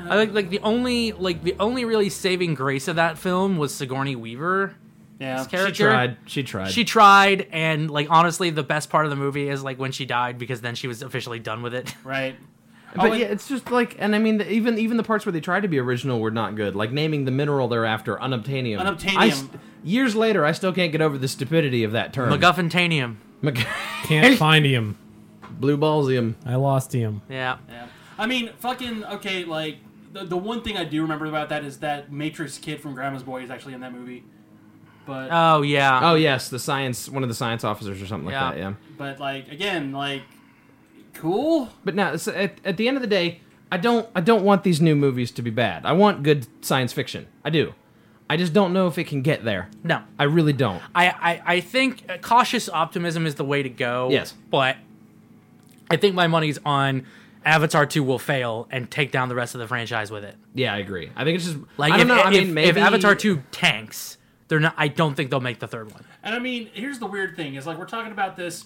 S1: I think like the only like the only really saving grace of that film was Sigourney Weaver's
S6: yeah.
S1: character.
S5: She tried. She tried.
S1: She tried, and like honestly, the best part of the movie is like when she died because then she was officially done with it.
S6: Right.
S5: but
S6: Oh,
S5: yeah, it's just like, and I mean, the, even even the parts where they tried to be original were not good. Like naming the mineral they're after unobtainium.
S6: Unobtainium.
S5: I st- years later, I still can't get over the stupidity of that term.
S1: MacGuffintanium.
S5: Mag-
S4: Can't find him.
S5: *laughs* Blue ballsium.
S4: I lost him.
S1: Yeah.
S6: Yeah. I mean, fucking, okay, like, the, the one thing I do remember about that is that Matrix kid from Grandma's Boy is actually in that movie. But
S1: Oh yeah.
S5: Oh yes, the science one of the science officers or something
S1: Yeah.
S5: like that. Yeah.
S6: but like again, like cool.
S5: But now so at, at the end of the day, I don't I don't want these new movies to be bad. I want good science fiction. I do. I just don't know if it can get there.
S1: No.
S5: I really don't.
S1: I, I, I think uh, cautious optimism is the way to go.
S5: Yes.
S1: But I think my money's on Avatar 2 will fail and take down the rest of the franchise with it.
S5: Yeah, I agree. I think it's just
S1: Like,
S5: I don't
S1: if,
S5: know. I
S1: if-
S5: mean, maybe
S1: if Avatar 2 tanks, they're not. I don't think they'll make the third one.
S6: And I mean, here's the weird thing is like we're talking about this,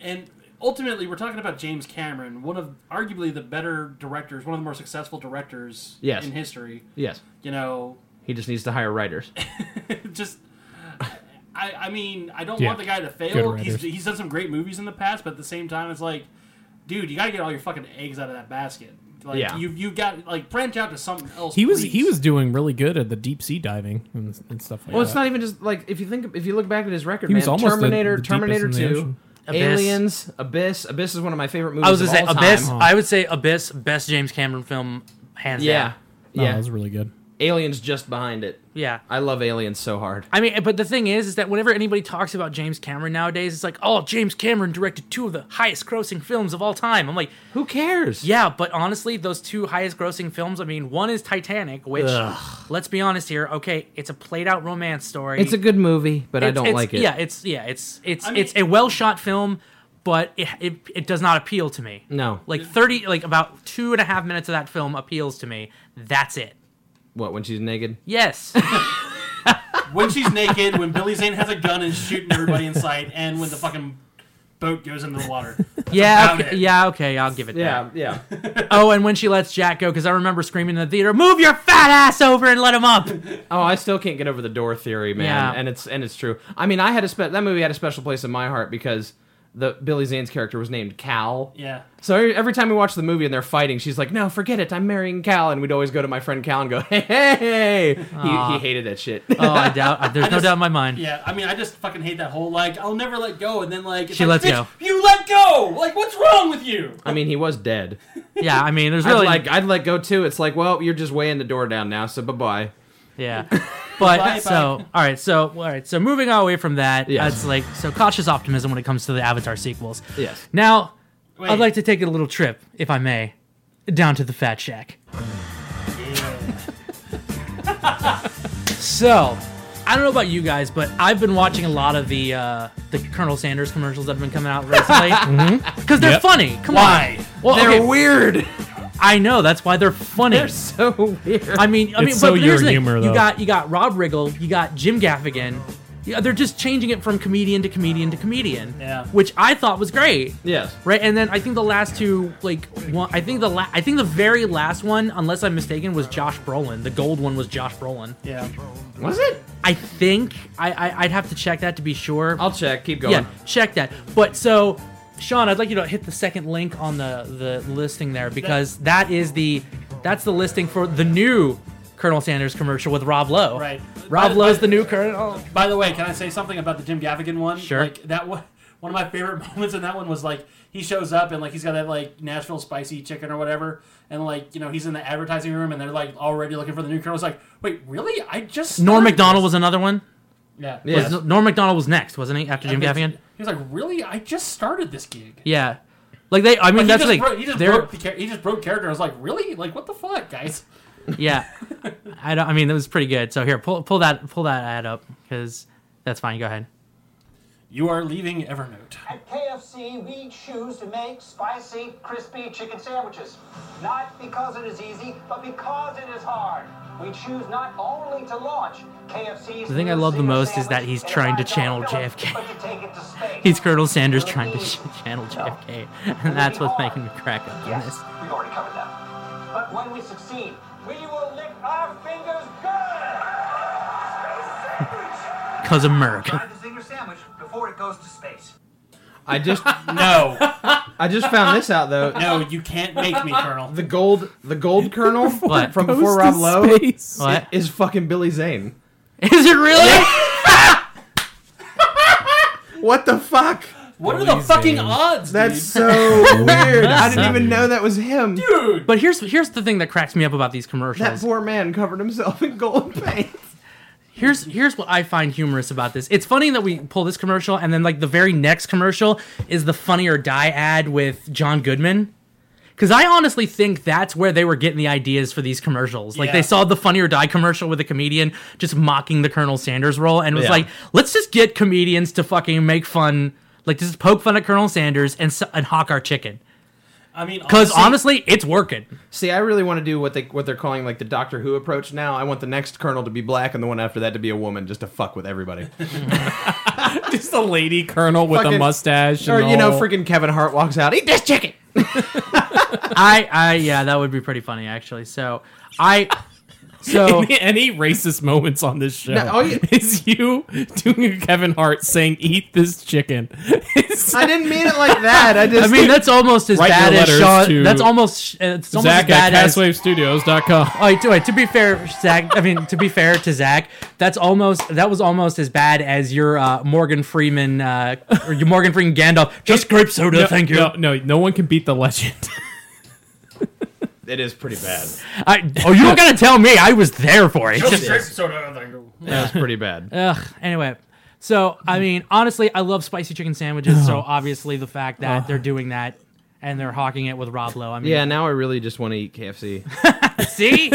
S6: and ultimately we're talking about James Cameron, one of arguably the better directors, one of the more successful directors
S5: Yes.
S6: in history.
S5: Yes,
S6: You know,
S5: he just needs to hire writers.
S6: just I, I mean, I don't
S4: Yeah.
S6: want the guy to fail.
S4: Good
S6: He's,
S4: writers.
S6: he's done some great movies in the past, but at the same time, it's like, dude, you gotta get all your fucking eggs out of that basket. Like,
S5: Yeah.
S6: you you got like branch out to something else.
S4: He was he
S6: please.
S4: was doing really good at the deep sea diving and, and stuff
S5: *laughs*
S4: like
S5: Well,
S4: that.
S5: it's not even just like if you think if you look back at his record,
S4: He
S5: man.
S4: was almost the-
S5: Terminator,
S4: the deepest
S5: Terminator
S4: in the
S5: Two,
S4: ocean.
S1: Abyss.
S5: Aliens, Abyss. Abyss is one of my favorite movies.
S1: I was gonna say
S5: of all time.
S1: Abyss.
S4: Oh,
S1: I would say Abyss, best James Cameron film, hands
S5: Yeah,
S1: down.
S4: No,
S5: yeah.
S4: that was really good.
S5: Aliens just behind it.
S1: Yeah.
S5: I love Aliens so hard.
S1: I mean, but the thing is, is that whenever anybody talks about James Cameron nowadays, it's like, oh, James Cameron directed two of the highest grossing films of all time. I'm like,
S5: Who cares?
S1: yeah, but honestly, those two highest grossing films, I mean, one is Titanic, which, let's be honest here, okay, it's a played out romance story.
S5: it's a good movie, but I
S1: It's-
S5: don't
S1: it's-
S5: like it.
S1: Yeah, it's, yeah, it's, it's,
S6: I mean-
S1: it's a well shot film, but it, it, it does not appeal to me.
S5: No.
S1: Like 30, like about two and a half minutes of that film appeals to me. That's it.
S5: What when she's naked? *laughs*
S1: Yes.
S6: when she's naked, when Billy Zane has a gun and shooting everybody in sight, and when the fucking boat goes into
S4: *laughs*
S6: the water.
S1: yeah.
S6: about
S1: Okay,
S6: it.
S1: yeah. Okay. I'll give it that.
S5: yeah.
S1: Oh, and when she lets Jack go, because I remember screaming in the theater, "Move your fat ass over and let him
S5: *laughs*
S1: up."
S5: oh, I still can't get over the door theory, man.
S1: Yeah.
S5: And it's and it's true. I mean, I had a spe- that movie had a special place in my heart because the Billy Zane's character was named Cal.
S6: Yeah.
S5: So every, every time we watch the movie and they're fighting, she's like, "No, forget it. I'm marrying Cal." And we'd always go to my friend Cal and go, *laughs* "Hey, hey, hey." He, he hated that shit.
S1: Oh, I doubt. there's no
S6: just-
S1: doubt in my mind.
S6: Yeah, I mean, I just fucking hate that whole like I'll never let go, and then like it's
S1: She
S6: like,
S1: lets
S6: "Bitch,
S1: go.
S6: You let go. Like, what's wrong with you?
S5: *laughs* I mean, he was dead.
S1: Yeah, I mean, there's
S5: I'd
S1: really
S5: like I'd let go too. It's like, well, you're just weighing the door down now. So bye bye.
S1: yeah. But
S6: Bye, bye.
S1: so, all right, so all right, so moving away from that,
S5: Yeah.
S1: that's like so cautious optimism when it comes to the Avatar sequels.
S5: Yes.
S1: Now,
S6: Wait.
S1: I'd like to take a little trip, if I may, down to the Fat Shack. so, I don't know about you guys, but I've been watching a lot of the uh, the Colonel Sanders commercials that have been coming out recently *laughs* because they're
S4: Yep.
S1: funny. Come
S6: Why?
S1: on, well,
S5: They're
S1: okay,
S5: weird.
S1: I know that's why they're funny.
S5: They're so weird.
S1: I mean, I
S4: It's
S1: mean,
S4: so
S1: but here's
S4: your
S1: the thing.
S4: humor,
S1: You
S4: though.
S1: got you got Rob Riggle, you got Jim Gaffigan. Yeah, they're just changing it from comedian to comedian to comedian.
S6: Yeah.
S1: which I thought was great.
S5: yes.
S1: Right, and then I think the last two, like, one, I think the la- I think the very last one, unless I'm mistaken, was Josh Brolin. The gold one was Josh Brolin.
S6: Yeah.
S5: Was it?
S1: I think I, I I'd have to check that to be sure.
S5: I'll check. Keep going.
S1: yeah, check that. But so, Sean, I'd like you to hit the second link on the the listing there because that is the that's the listing for the new Colonel Sanders commercial with Rob Lowe.
S6: Right.
S1: Rob
S6: By-
S1: Lowe's
S6: by-
S1: the new Colonel.
S6: By the way, can I say something about the Jim Gaffigan one?
S1: Sure.
S6: Like that one. *laughs* One of my favorite *laughs* moments in that one was like he shows up and like he's got that like Nashville spicy chicken or whatever, and like you know he's in the advertising room and they're like already looking for the new colonel. It's like, wait, really? I just
S1: Norm
S6: started
S1: Macdonald
S6: this."
S1: was another one.
S6: yeah
S5: Yeah. Yes.
S1: Was- Norm Macdonald was next, wasn't he? After Jim
S6: I
S1: Gaffigan.
S6: think- He was like, really? I just started this gig.
S1: Yeah. Like they, I mean,
S6: Like,
S1: that's
S6: he just,
S1: like
S6: broke, he, just
S1: they're-
S6: broke the, char- he just broke character. I was like, really? Like, what the fuck, guys?
S1: yeah. I don't. I mean, that was pretty good. So here, pull pull that pull that ad up because that's fine. Go ahead.
S6: You are leaving Evernote.
S10: At KFC, we choose to make spicy, crispy chicken sandwiches. Not because it is easy, but because it is hard. We choose not only to launch KFC's.
S1: The thing I love the most is that he's trying to channel JFK. He's Colonel Sanders trying to *laughs* sh- channel JFK, and that's what's making me crack up on
S10: Yes,
S1: this.
S10: we've already covered that. But when we succeed, we will lick our fingers good.
S1: Cause America.
S10: Try the zinger sandwich before it goes to space.
S5: I just
S6: *laughs* No,
S5: I just found this out though.
S6: no, you can't make me, Colonel.
S5: The gold, the gold colonel
S1: What?
S5: from
S1: Goes
S5: before Rob
S4: to
S5: Lowe
S4: space.
S1: What
S5: is fucking Billy Zane.
S1: *laughs* is it really?
S5: What the fuck?
S6: What are the fucking odds?
S5: That's so weird. I didn't even know that was him.
S1: But here's here's the thing that cracks me up about these
S5: That
S1: commercials.
S5: poor man covered himself in gold paint.
S1: Here's here's what I find humorous about this. It's funny that we pull this commercial and then like the very next commercial is the Funny or Die ad with John Goodman. Because I honestly think that's where they were getting the ideas for these commercials. Like
S6: Yeah.
S1: they saw the Funny or Die commercial with a comedian just mocking the Colonel Sanders role and was
S6: Yeah.
S1: like, let's just get comedians to fucking make fun, like just poke fun at Colonel Sanders and s- and hawk our chicken.
S6: I mean,
S1: Because honestly, it's working.
S5: See, I really want to do what they what they're calling like the Doctor Who approach now. I want the next colonel to be black and the one after that to be a woman, just to fuck with everybody.
S4: Just a lady colonel with a
S5: Fucking-
S4: mustache,
S5: or
S4: and
S5: you know,
S4: all. *laughs*
S5: freaking Kevin Hart walks out. Eat this chicken.
S1: I, I, yeah, that would be pretty funny actually. So
S4: *laughs*
S1: I, so
S4: any, any racist moments on this show
S1: No, all you-
S4: *laughs* is you doing a Kevin Hart saying "Eat this chicken." *laughs*
S5: I didn't mean it like that. I just.
S1: I mean, that's almost as
S4: Write your
S1: bad as
S4: letters
S1: Sean.
S4: to
S1: That's almost uh, it's almost
S4: Zach
S1: as bad
S4: at
S1: as.
S4: CastWaveStudios.com.
S1: Oh, wait, to, wait, to be fair, Zach. I mean, to be fair to Zach, that's almost that was almost as bad as your uh, Morgan Freeman uh, or your Morgan Freeman Gandalf. Just grape soda,
S4: no,
S1: thank you.
S4: No, no, no one can beat the legend.
S5: *laughs* It is pretty bad.
S1: I, oh,
S4: *laughs*
S1: you don't gotta tell me. I was there for it.
S5: That was pretty bad.
S1: Ugh. Anyway, so I mean, honestly, I love spicy chicken sandwiches. So
S5: Ugh.
S1: obviously, the fact that
S5: Ugh.
S1: they're doing that and they're hawking it with Rob Lowe. I mean,
S5: Yeah, now I really just want to eat KFC.
S1: See?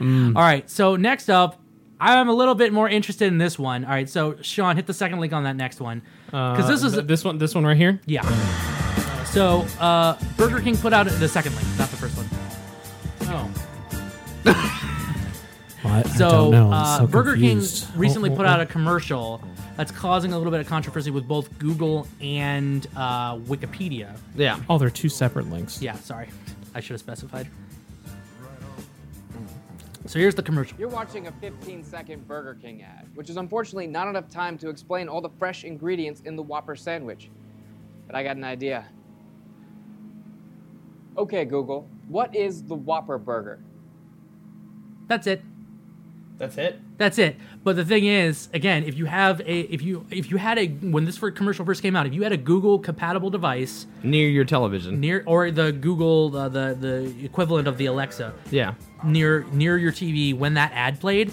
S1: All right. So next up, I'm a little bit more interested in this one. All right. So Sean, hit the second link on that next one because this
S4: Uh, *laughs*
S1: is
S4: th- this one. This one right here.
S1: yeah. So uh, Burger King put out the second link, not the first one. Oh.
S4: What?
S1: So, Uh, Burger King recently put out a commercial that's causing a little bit of controversy with both Google and uh, Wikipedia.
S5: Yeah.
S4: Oh, they're two separate links.
S1: Yeah, sorry. *laughs* I should have specified. So here's the commercial.
S11: You're watching a 15 second Burger King ad, which is unfortunately not enough time to explain all the fresh ingredients in the Whopper sandwich. But I got an idea. Okay, Google, what is the Whopper burger?
S1: That's it.
S5: That's it.
S1: That's it. But the thing is, again, if you have a if you if you had a when this first commercial first came out, if you had a Google compatible device
S5: Near your television.
S1: near or the Google uh, the the equivalent of the Alexa
S5: Yeah.
S1: near near your TV when that ad played,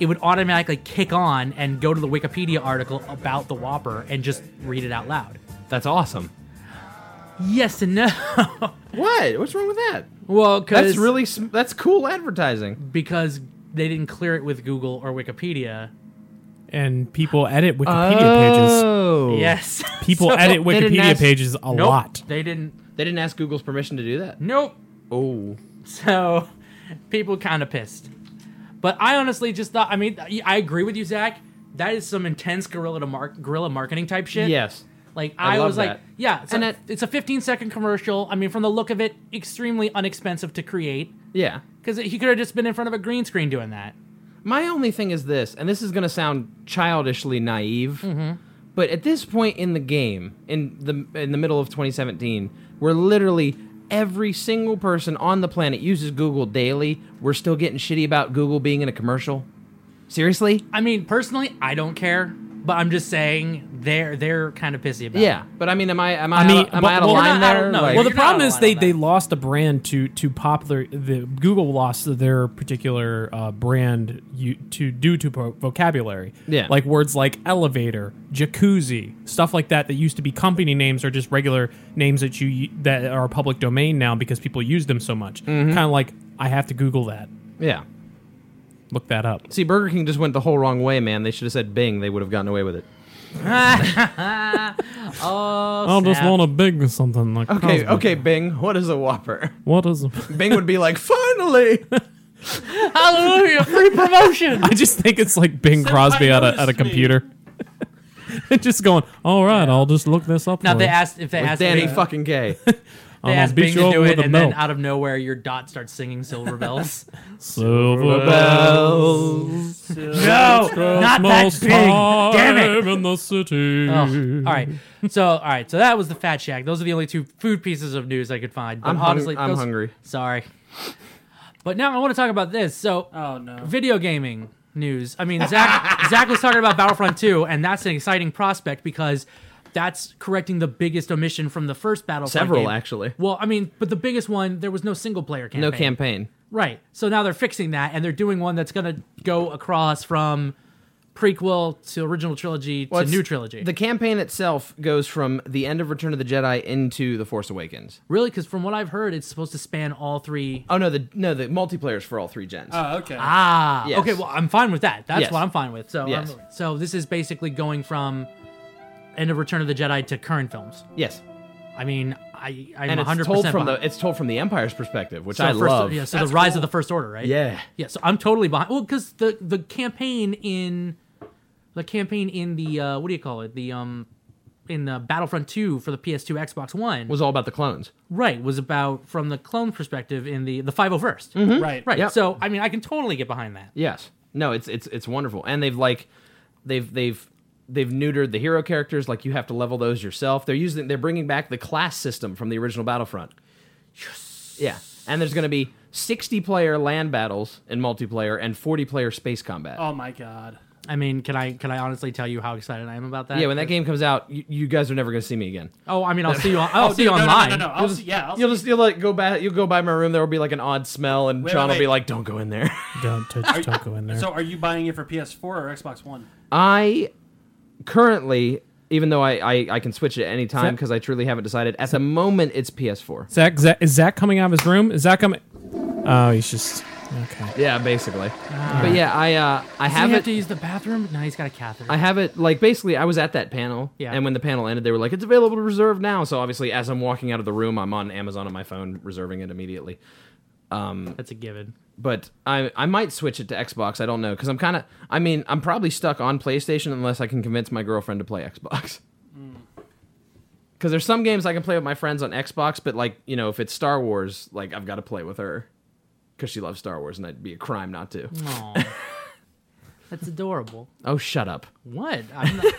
S1: it would automatically kick on and go to the Wikipedia article about the Whopper and just read it out loud.
S5: That's awesome.
S1: Yes and no.
S5: What? What's wrong with that?
S1: *laughs* Well, 'cause-
S5: that's really sm- that's cool advertising.
S1: because they didn't clear it with Google or Wikipedia.
S4: And people edit Wikipedia
S5: Oh.
S4: pages.
S1: Yes.
S4: People
S1: Oh. *laughs* So-
S4: edit
S1: They didn't
S4: Wikipedia
S1: ask-
S4: pages a
S1: Nope.
S4: lot.
S1: They didn't.
S5: They didn't ask Google's permission to do that.
S1: Nope.
S5: Oh.
S1: So people kind of pissed. But I honestly just thought, I mean, I agree with you, Zach. That is some intense guerrilla to mark guerrilla marketing type shit.
S5: Yes.
S1: Like
S5: I
S1: I,
S5: love
S1: was like,
S5: that.
S1: yeah, it's, a, it's a 15 second commercial. I mean, from the look of it, extremely inexpensive to create
S5: Yeah.
S1: because he could have just been in front of a green screen doing that.
S5: My only thing is this, and this is going to sound childishly naive, but at this point in the game, in the in the middle of 2017, where literally every single person on the planet uses Google daily, we're still getting shitty about Google being in a commercial. Seriously?
S1: I mean, personally, I don't care, but I'm just saying they're they're kind of pissy about.
S5: Yeah,
S1: it.
S5: but I mean, am I am I, out, am I out of line there? Like-
S4: well, the problem is they, they lost a brand to to popular. The Google lost their particular uh, brand you, to due to vo- vocabulary.
S5: Yeah.
S4: like words like elevator, jacuzzi, stuff like that that used to be company names or just regular names that you that are public domain now because people use them so much.
S5: Mhm.
S4: Kind of like I have to Google that.
S5: yeah.
S4: Look that up.
S5: See, Burger King just went the whole wrong way, man. They should have said Bing. They would have gotten away with it.
S1: oh,
S4: I'll just
S1: snap.
S4: want a big something like
S5: Okay,
S4: Cosmo.
S5: okay, Bing. What is a Whopper? *laughs*
S4: What is?
S5: Bing would be like, finally.
S1: Hallelujah! *laughs* Free promotion.
S5: *laughs*
S4: *laughs* I just think it's like Bing
S1: Senpai
S4: Crosby at a,
S1: noticed
S4: at a
S1: me.
S4: computer. *laughs* just going, all right, I'll just look this up.
S1: Now
S4: for
S1: they
S4: you."
S1: asked if they
S5: With
S1: asked
S5: Danny
S1: Bing-
S5: fucking Gay.
S1: They
S4: I'm gonna
S1: asked Bing
S4: beat you
S1: to do
S4: over
S1: it,
S4: with a
S1: and then
S4: belt.
S1: out of nowhere, your dot starts singing "Silver Bells."
S4: Silver
S5: Oh.
S1: bells.
S4: bells.
S1: No, Oh, not that
S4: Christmas
S1: big. Damn it.
S4: time In the city.
S1: Oh, all right. So, all right. So that was the Fat Shack. Those are the only two food pieces of news I could find. But
S5: I'm hung-
S1: honestly,
S5: I'm
S1: those-
S5: hungry.
S1: Sorry. But now I want to talk about this. So,
S6: oh no,
S1: video gaming news. I mean, Zach *laughs* Zach was talking about Battlefront 2, and that's an exciting prospect because that's correcting the biggest omission from the first Battlefront.
S5: Several,
S1: game.
S5: actually.
S1: Well, I mean, but the biggest one, there was no single player campaign.
S5: No campaign.
S1: Right. So now they're fixing that, and they're doing one that's going to go across from prequel to original trilogy
S5: Well,
S1: to
S5: it's-
S1: new trilogy.
S5: The campaign itself goes from the end of Return of the Jedi into The Force Awakens.
S1: really? Because from what I've heard, it's supposed to span all three.
S5: Oh no, the no the multiplayer's for all three gens.
S6: Oh, okay.
S1: Ah,
S5: Yes.
S1: okay. Well, I'm fine with that. That's
S5: Yes.
S1: what I'm fine with. So,
S5: Yes.
S1: I'm- so this is basically going from end of Return of the Jedi to current films.
S5: Yes.
S1: I mean, I I'm
S5: and
S1: 100
S5: it's told from the it's told from the Empire's perspective, which
S1: so
S5: I
S1: first,
S5: love.
S1: Yeah, so the rise of the First Order, right?
S5: Yeah.
S1: yeah. So I'm totally behind. Well, because the the campaign in the campaign in the uh, what do you call it? The um in the Battlefront 2 for the PS2, Xbox One
S5: was all about the clones.
S1: Right, was about from the clone perspective in the the 501st.
S5: Mhm.
S6: Right.
S1: right.
S5: Yep.
S1: So I mean, I can totally get behind that.
S5: Yes. No, it's it's it's wonderful. And they've like they've they've they've neutered the hero characters like you have to level those yourself. They're using they're bringing back the class system from the original Battlefront. Yes. Yeah. And there's going to be 60 player land battles in multiplayer and 40 player space combat.
S6: Oh my god.
S1: I mean, can I can I honestly tell you how excited I am about that?
S5: yeah, when that game comes out, you, you guys are never going to see me again.
S1: Oh, I mean,
S5: *laughs*
S1: I'll see you. On,
S6: Oh,
S1: I'll see
S6: dude,
S1: you
S6: no, no, no,
S1: online.
S6: no, no, I'll see- yeah, I'll
S5: You'll just you'll like go by you'll go by my room. There will be like an odd smell, and
S6: Wait,
S5: John
S6: wait,
S5: will be
S6: wait.
S5: like, "Don't go in there."
S4: Don't
S6: Are
S4: touch,
S6: you-
S4: don't go in there.
S6: So, are you buying it for PS4 or Xbox One?
S5: I currently, even though I, I, I can switch it at any time
S4: Zach-
S5: because I truly haven't decided. At the moment, it's PS4.
S4: Zach, Zach, is Zach coming out of his room? Is Zach coming? Oh, he's just okay.
S5: Yeah, basically.
S4: Ah.
S5: but yeah, I uh, I
S1: Does
S5: have
S1: he have
S5: it.
S1: to use the bathroom? No, he's got a catheter.
S5: I have it like basically. I was at that panel,
S1: Yeah.
S5: and when the panel ended, they were like, "It's available to reserve now." So obviously, as I'm walking out of the room, I'm on Amazon on my phone, reserving it immediately. Um,
S1: That's a
S5: *laughs*
S1: given.
S5: But I I might switch it to Xbox. I don't know because I'm kind of. I mean, I'm probably stuck on PlayStation unless I can convince my girlfriend to play Xbox. *laughs* Because there's some games I can play with my friends on Xbox, but like you know, if it's Star Wars, like I've got to play with her because she loves Star Wars, and it'd be a crime not to.
S1: Aw. That's adorable.
S5: oh, shut up!
S1: What?
S5: *laughs*
S1: I'm not,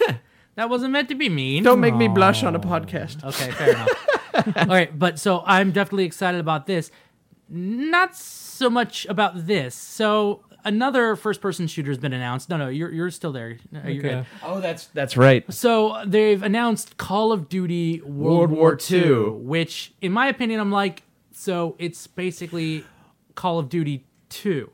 S1: that wasn't meant to be mean.
S5: Don't make me blush on a podcast.
S1: Okay, fair
S5: *laughs*
S1: enough. All right, but so I'm definitely excited about this. Not so much about this. So another first-person shooter has been announced. No, no, you're you're still there. No, You're
S5: Okay.
S1: good.
S5: Oh, that's that's right.
S1: So they've announced Call of Duty World,
S5: World War
S1: War
S5: II.
S1: II, which, in my opinion, I'm like, so it's basically Call of Duty 2.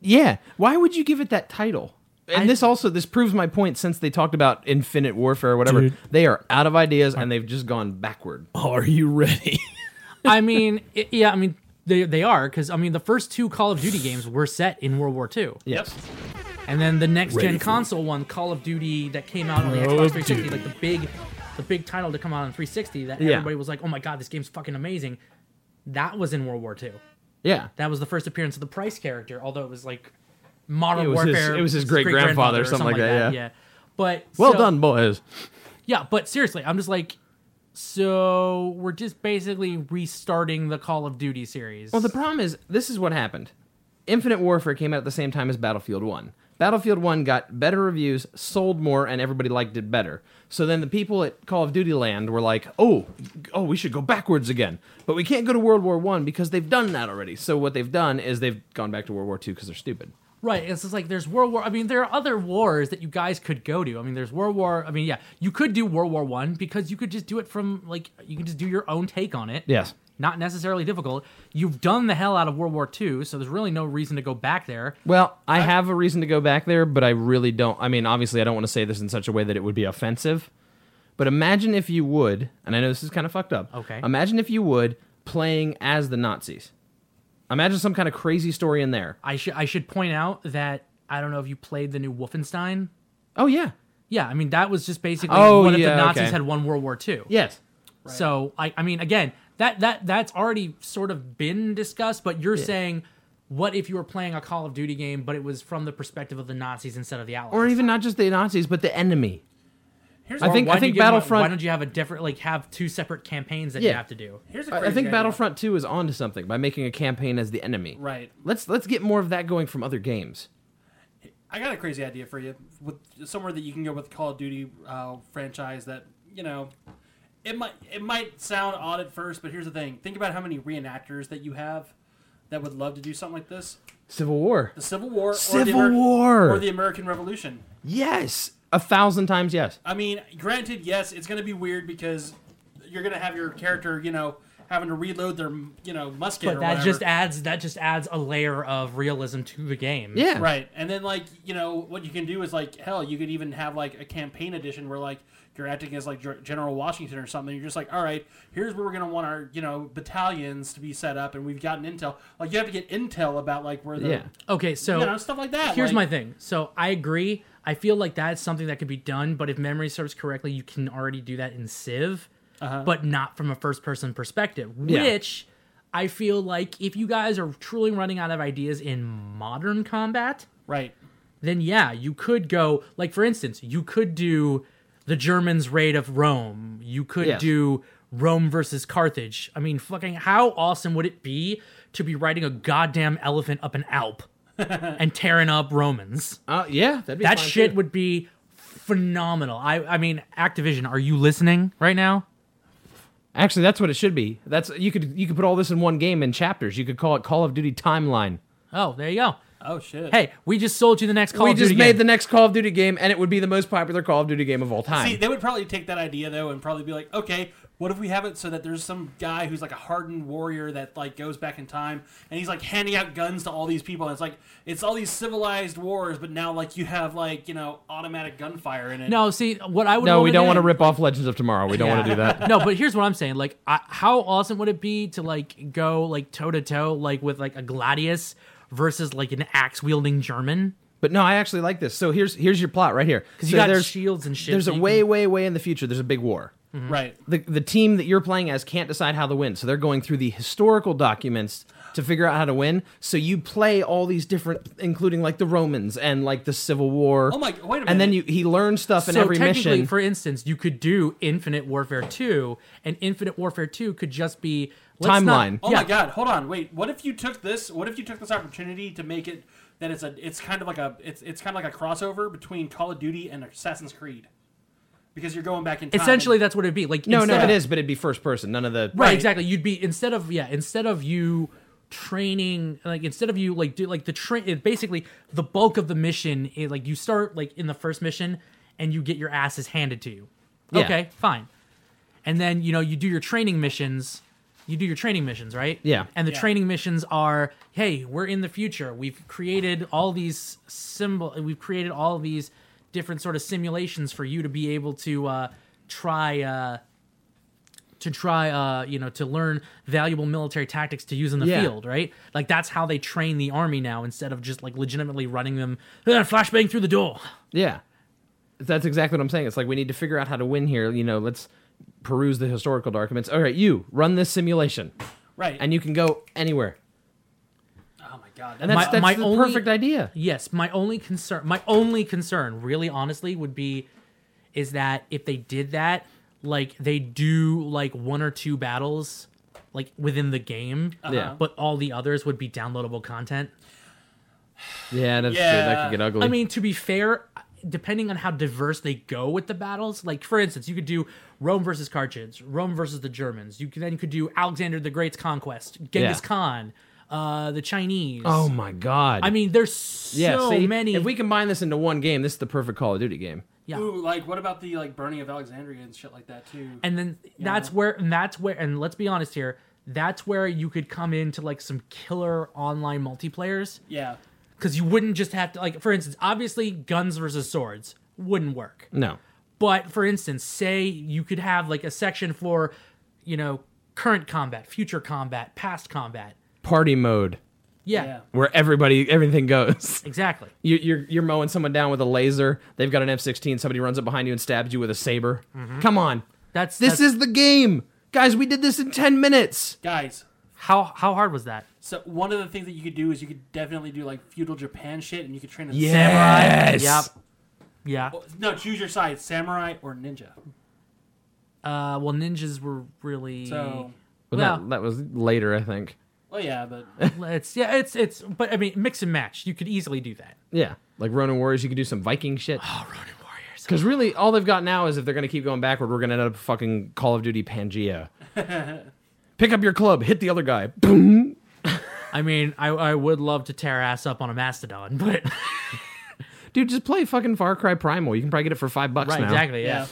S5: Yeah. Why would you give it that title? And
S1: I-
S5: this also this proves my point since they talked about Infinite Warfare or whatever.
S4: Dude.
S5: They are out of ideas and they've just gone backward.
S4: Are you ready?
S1: I mean, *laughs* it, yeah, I mean they they are because I mean the first two Call of Duty games were set in World War II.
S5: Yes.
S1: And then the next
S5: Ready
S1: gen
S5: for
S1: console one, Call of Duty, that came out on the
S5: Call
S1: Xbox
S5: of
S1: 360,
S5: Duty.
S1: like the big, the big title to come out on 360. That
S5: Yeah.
S1: everybody was like, "Oh my god, this game's fucking amazing." That was in World War II.
S5: Yeah.
S1: That was the first appearance of the Price character, although it was like modern
S5: It was his-
S1: warfare.
S5: it was his great-grandfather or something like that, yeah.
S1: But
S5: Well
S1: so-
S5: done, boys.
S1: yeah, but seriously, I'm just like, so we're just basically restarting the Call of Duty series.
S5: Well, the problem is this is what happened. Infinite Warfare came out at the same time as Battlefield 1. Battlefield 1 got better reviews, sold more, and everybody liked it better. So then the people at Call of Duty Land were like, "Oh, oh, we should go backwards again." But we can't go to World War 1 because they've done that already. So what they've done is they've gone back to World War 2 cuz they're stupid.
S1: Right. It's just like there's World War. I mean, there are other wars that you guys could go to. I mean, there's World War. I mean, yeah, you could do World War One because you could just do it from like you can just do your own take on it.
S5: Yes.
S1: Not necessarily difficult. You've done the hell out of World War Two, so there's really no reason to go back there.
S5: Well, I have a reason to go back there, but I really don't. I mean, obviously, I don't want to say this in such a way that it would be offensive. But imagine if you would, and I know this is kind of fucked up.
S1: Okay.
S5: Imagine if you would playing as the Nazis. Imagine some kind of crazy story in there.
S1: I should I should point out that I don't know if you played the new Wolfenstein.
S5: Oh yeah.
S1: Yeah, I mean that was just basically
S5: Oh,
S1: what if
S5: yeah,
S1: the Nazis
S5: okay.
S1: had won World War Two.
S5: Yes.
S1: So I I mean again that that that's already sort of been discussed, but you're
S5: Yeah.
S1: saying what if you were playing a Call of Duty game, but it was from the perspective of the Nazis instead of the Allies?
S5: Or even not just the Nazis, but the enemy.
S6: Here's
S5: I
S1: Or
S5: think
S1: why
S5: I
S1: do you
S5: think
S1: give them a-
S5: Battlefront.
S1: why don't you have a different like have two separate campaigns that you have to do?
S6: Here's a
S5: I- I
S6: crazy
S5: think
S6: idea.
S5: Battlefront 2 is onto something by making a campaign as the enemy.
S6: Right.
S5: Let's let's get more of that going from other games.
S6: I got a crazy idea for you with somewhere that you can go with the Call of Duty uh, franchise that you know. It might it might sound odd at first, but here's the thing: think about how many reenactors that you have that would love to do something like this.
S5: Civil War.
S6: The Civil War, or the
S5: Civil
S6: Ameri-
S5: War.
S6: or the American Revolution.
S5: Yes. A thousand times yes.
S6: I mean, granted, yes, it's going to be weird because you're going to have your character, you know, having to reload their you know musket.
S1: But
S6: or
S1: that
S6: whatever.
S1: just adds that just adds a layer of realism to the game.
S6: Right. And then like, you know, what you can do is like, hell, you could even have like a campaign edition where like you're acting as like Gen- General Washington or something. You're just like, all right, here's where we're gonna want our, you know, battalions to be set up and we've gotten intel. Like you have to get intel about like where the
S1: Okay, so
S6: you know, stuff like that.
S1: Here's
S6: like-
S1: my thing. So I agree. I feel like that's something that could be done, but if memory serves correctly, you can already do that in Civ,
S6: Uh-huh.
S1: but not from a first person perspective,
S4: Yeah.
S1: which I feel like if you guys are truly running out of ideas in modern combat,
S6: right?
S1: Then yeah, you could go like for instance, you could do the Germans raid of Rome. You could
S4: Yes.
S1: do Rome versus Carthage. I mean, fucking how awesome would it be to be riding a goddamn elephant up an
S5: *laughs*
S1: Alp? and tearing up Romans.
S5: Uh, yeah, that'd be
S1: that
S5: fine,
S1: shit
S5: too.
S1: would be phenomenal. I, I mean, Activision, are you listening right now?
S5: Actually, that's what it should be. That's you could you could put all this in one game in chapters. You could call it Call of Duty Timeline.
S1: Oh, there you go.
S6: Oh shit.
S1: Hey, we just sold you the next Call
S5: we
S1: of
S5: just
S1: Duty
S5: made
S1: game.
S5: the next Call of Duty game, and it would be the most popular Call of Duty game of all time.
S6: See, they would probably take that idea though and probably be like, okay, what if we have it so that there's some guy who's like a hardened warrior that like goes back in time and he's like handing out guns to all these people and it's like it's all these civilized wars, but now like you have like, you know, automatic gunfire in it.
S1: No, see, what I would
S5: no,
S1: love
S5: we
S1: it
S5: don't want to
S1: is-
S5: rip off Legends of Tomorrow. We don't want to do that.
S1: no, but here's what I'm saying. Like, I, how awesome would it be to like go like toe to toe like with like a gladius versus like an axe wielding German?
S5: But no, I actually like this. So here's here's your plot right here.
S1: 'Cause
S5: so
S1: you got
S5: there's-
S1: shields and shit
S5: There's
S1: that
S5: a
S1: you
S5: way, way, way in the future. There's a big war.
S6: Mhm. Right.
S5: The the team that you're playing as can't decide how to win, so they're going through the historical documents to figure out how to win. So you play all these different, including like the Romans and like the Civil War.
S1: Oh my- wait a
S5: And then
S1: minute.
S5: you he learns stuff in
S1: so
S5: every
S1: technically,
S5: mission.
S1: for instance, you could do Infinite Warfare 2, and Infinite Warfare 2 could just be let's not-
S5: Timeline.
S6: Oh
S1: yeah,
S6: my god, hold on, wait. What if you took this? What if you took this opportunity to make it that it's a it's kind of like a it's it's kind of like a crossover between Call of Duty and Assassin's Creed. Because you're going back in time.
S1: Essentially, that's what it'd be. Like
S5: no, no,
S1: instead
S5: it
S1: of-
S5: is, but it'd be first person. None of the
S1: right, exactly you'd be instead of yeah instead of you training like instead of you like do like the train it basically the bulk of the mission is like you start like in the first mission and you get your asses handed to you
S4: Yeah.
S1: okay fine and then you know you do your training missions you do your training missions right
S4: Yeah.
S1: and the
S4: Yeah.
S1: training missions are hey we're in the future we've created all these symbol we've created all these different sort of simulations for you to be able to uh try uh to try uh you know to learn valuable military tactics to use in the
S4: Yeah.
S1: field right like that's how they train the army now instead of just like legitimately running them "Ah, flashbang through the door
S5: Yeah. That's exactly what I'm saying. It's like we need to figure out how to win here. You know, let's peruse the historical documents. All right, you run this simulation.
S6: Right.
S5: And you can go anywhere.
S6: Oh my god.
S5: And that's, that's the perfect idea.
S1: Yes, my only concern, my only concern, really honestly, would be, is that if they did that, like they do like one or two battles, like within the game,
S5: Yeah.
S1: but all the others would be downloadable content.
S5: Yeah, that's true. That could get ugly.
S1: I mean, to be fair, depending on how diverse they go with the battles, like for instance, you could do Rome versus Carthage, Rome versus the Germans. You could, then could do Alexander the Great's conquest, Genghis
S5: Yeah.
S1: Khan, uh, the Chinese.
S5: oh my god.
S1: I mean, there's so
S5: yeah, see,
S1: many.
S5: If we combine this into one game, this is the perfect Call of Duty game.
S1: Yeah.
S6: Ooh, like what about the like burning of Alexandria and shit like that too?
S1: and then
S6: You
S1: that's
S6: know?
S1: where and that's where and let's be honest here that's where you could come into like some killer online multiplayers
S6: Yeah.
S1: because you wouldn't just have to like for instance obviously guns versus swords wouldn't work
S5: No.
S1: but for instance say you could have like a section for you know current combat future combat past combat
S5: Party mode.
S1: yeah, yeah.
S5: Where everybody everything goes. *laughs*
S1: Exactly.
S5: You, you're you're mowing someone down with a laser. They've got an F-16. Somebody runs up behind you and stabs you with a saber.
S1: Mhm.
S5: Come on,
S1: that's
S5: this
S1: that's-
S5: is the game, guys. We did this in ten minutes.
S6: Guys,
S1: how how hard was that?
S6: So one of the things that you could do is you could definitely do like feudal Japan shit, and you could train a
S5: Yes.
S6: samurai.
S1: yeah
S6: Yep. No, choose your side: samurai or ninja.
S1: uh well ninjas were really
S6: So-
S5: Well,
S1: well,
S5: that, that was later, I think.
S6: Well,
S1: *laughs*
S6: yeah, but
S1: it's yeah it's it's but i mean mix and match you could easily do that
S5: Yeah, like Ronin Warriors, you could do some Viking shit. Oh, Ronin Warriors. Because really, all they've got now is if they're gonna keep going backward, we're gonna end up fucking Call of
S1: *laughs*
S5: Duty Pangea. Pick up your club, hit the other guy. Boom.
S1: I mean, I, I would love to tear ass up on a mastodon, *laughs* but
S5: Dude, just play fucking Far Cry Primal. You can probably get it for five bucks
S1: right,
S5: now.
S1: exactly, yeah.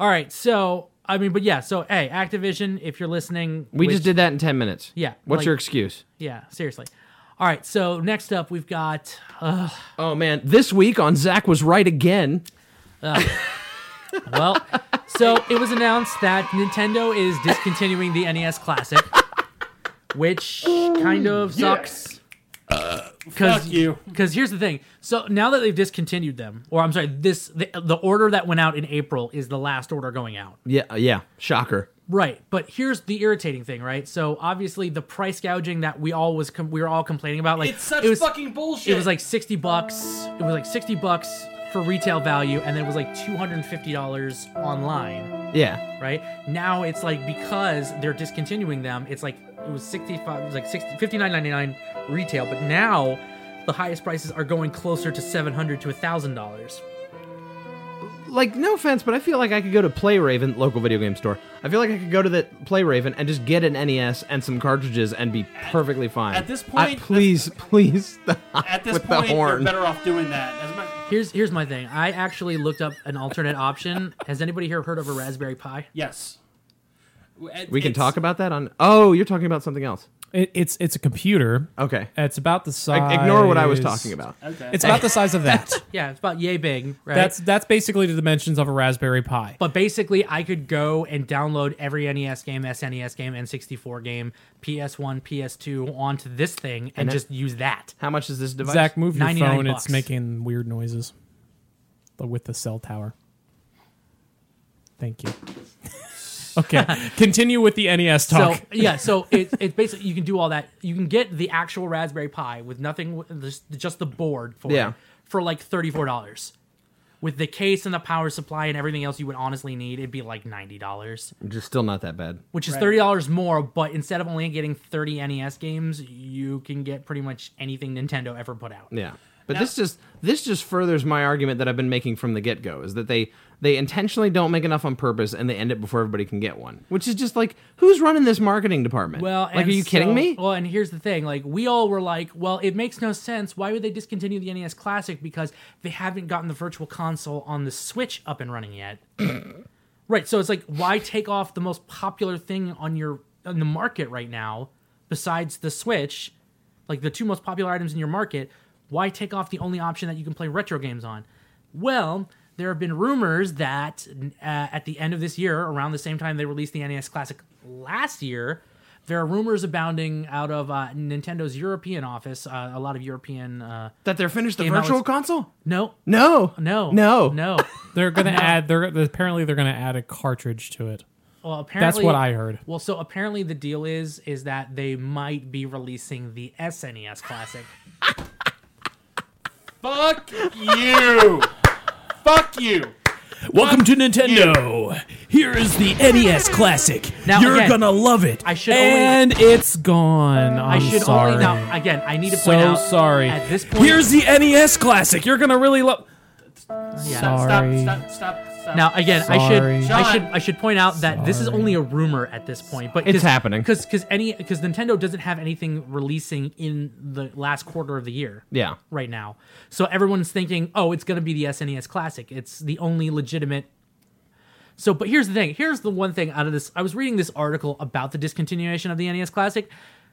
S1: All right, so I mean, but yeah. So hey, Activision, if you're listening,
S5: We
S1: which-
S5: just did that in 10 minutes.
S1: Yeah,
S5: What's
S1: like-
S5: your excuse?
S1: Yeah, seriously. All right. So next up, we've got. Uh,
S5: Oh, man. This week on Zach Was Right Again.
S1: well, *laughs* so it was announced that Nintendo is discontinuing the NES Classic, which kind of sucks. Because
S6: Uh, Fuck you.
S1: Because here's the thing. So now that they've discontinued them, or I'm sorry, this the, the order that went out in April is the last order going out.
S5: Yeah, uh, yeah. Shocker.
S1: Right, but here's the irritating thing, right? So obviously the price gouging that we all was com- we were all complaining about, like
S6: It's such
S1: it was,
S6: fucking bullshit.
S1: It was like sixty bucks. It was like sixty bucks for retail value, and then it was like two hundred and fifty dollars online.
S5: Yeah.
S1: Right now it's like because they're discontinuing them, it's like it was sixty five, it was like 60, 59.99 retail, but now the highest prices are going closer to seven hundred to thousand dollars.
S5: Like, no offense, but I feel like I could go to PlayRaven, local video game store. I feel like I could go to the PlayRaven and just get an NES and some cartridges and be perfectly fine.
S6: at this
S5: I-
S6: point-
S5: please, please *laughs* stop
S6: At this
S5: with
S6: point,
S5: the
S6: they're
S5: horn.
S6: better off doing that. As my,
S1: Here's here's my thing. I actually looked up an alternate option. Has anybody here heard of a Raspberry Pi?
S6: yes. It-
S5: We can
S6: it's-
S5: talk about that on. Oh, you're talking about something else.
S4: It, it's it's a computer.
S5: Okay.
S4: It's about the size.
S5: ignore what I was talking about.
S6: Okay.
S4: It's about the size
S5: *laughs*
S4: of that.
S1: Yeah, it's about yay big, right?
S4: That's that's basically the dimensions of a Raspberry Pi.
S1: but basically, I could go and download every NES game, SNES game, N64 game, PS1, PS2 onto this thing and,
S5: And it-
S1: just use that.
S5: How much is this device?
S4: Zach, move your
S1: 99
S4: phone.
S1: bucks.
S4: It's making weird noises. But with the cell tower.
S5: *laughs*
S4: Thank you. okay, continue with the NES talk.
S1: So yeah, so it, it's basically you can do all that. You can get the actual Raspberry Pi with nothing, just, just the board for
S5: Yeah.
S1: it, for like thirty four dollars. With the case and the power supply and everything else you would honestly need, it'd be like ninety dollars,
S5: Just still not that bad.
S1: which is
S6: Right.
S1: thirty dollars more. But instead of only getting thirty NES games, you can get pretty much anything Nintendo ever put out.
S5: Yeah. But this just this just furthers my argument that I've been making from the get go is that they they intentionally don't make enough on purpose and they end it before everybody can get one, which is just like who's running this marketing department?
S1: Well,
S5: like are
S1: and
S5: you kidding
S1: so-
S5: me?
S1: Well, and here's the thing: like we all were like, well, it makes no sense. Why would they discontinue the NES Classic because they haven't gotten the Virtual Console on the Switch up and running yet? right. So it's like, why take off the most popular thing on your on the market right now, besides the Switch, like the two most popular items in your market? Why take off the only option that you can play retro games on? Well. There have been rumors that uh, at the end of this year, around the same time they released the NES Classic last year, there are rumors abounding out of uh, Nintendo's European office. Uh, a lot of European. Uh,
S5: That they're finished the
S1: Game out
S5: virtual
S1: was-
S5: console?
S1: no,
S5: No.
S1: no,
S5: No.
S1: no.
S4: they're gonna
S1: Uh-huh.
S4: add. They're apparently they're gonna add a cartridge to it.
S1: Well, apparently
S4: *laughs* That's what I heard.
S1: Well, so apparently the deal is is that they might be releasing the SNES Classic.
S6: Fuck you. Fuck you.
S4: Welcome to Nintendo. Here is the NES Classic.
S1: Now,
S4: You're
S1: again,
S4: gonna love it.
S1: I should only-
S4: and it's gone.
S1: I
S4: I'm
S1: should
S4: sorry.
S1: only now again. I need to
S4: so
S1: point out.
S4: sorry.
S1: At this point,
S4: here's the NES Classic. You're gonna really love.
S1: Yeah.
S6: Stop,
S4: Sorry.
S6: Stop, stop, stop, stop.
S1: Now again, I should
S4: Sorry.
S1: I should I should point out that this is
S4: Sorry.
S1: only a rumor at this point, but
S5: It's happening.
S1: because because any because Nintendo doesn't have anything releasing in the last quarter of the year.
S5: Yeah.
S1: right now. So everyone's thinking, oh, it's going to be the SNES Classic. It's the only legitimate. So, but here's the thing. Here's the one thing out of this. I was reading this article about the discontinuation of the NES Classic.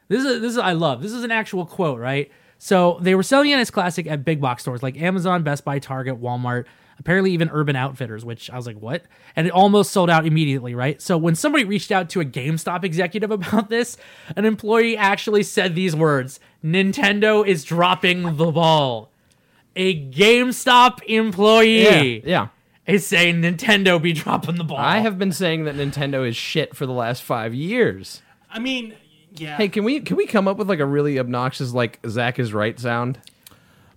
S1: This is this is I love. This is an actual quote, right? So they were selling the NES Classic at big box stores like Amazon, Best Buy, Target, Walmart, apparently even Urban Outfitters, which I was like, what? And it almost sold out immediately, right? So when somebody reached out to a GameStop executive about this, an employee actually said these words: "Nintendo is dropping the ball." A GameStop
S5: Yeah.
S1: employee
S5: Yeah.
S1: is saying Nintendo be dropping the ball.
S5: I have been saying that Nintendo is shit for the last 5 years.
S6: I mean, yeah.
S5: Hey, can we can we come up with like a really obnoxious like Zach is right sound?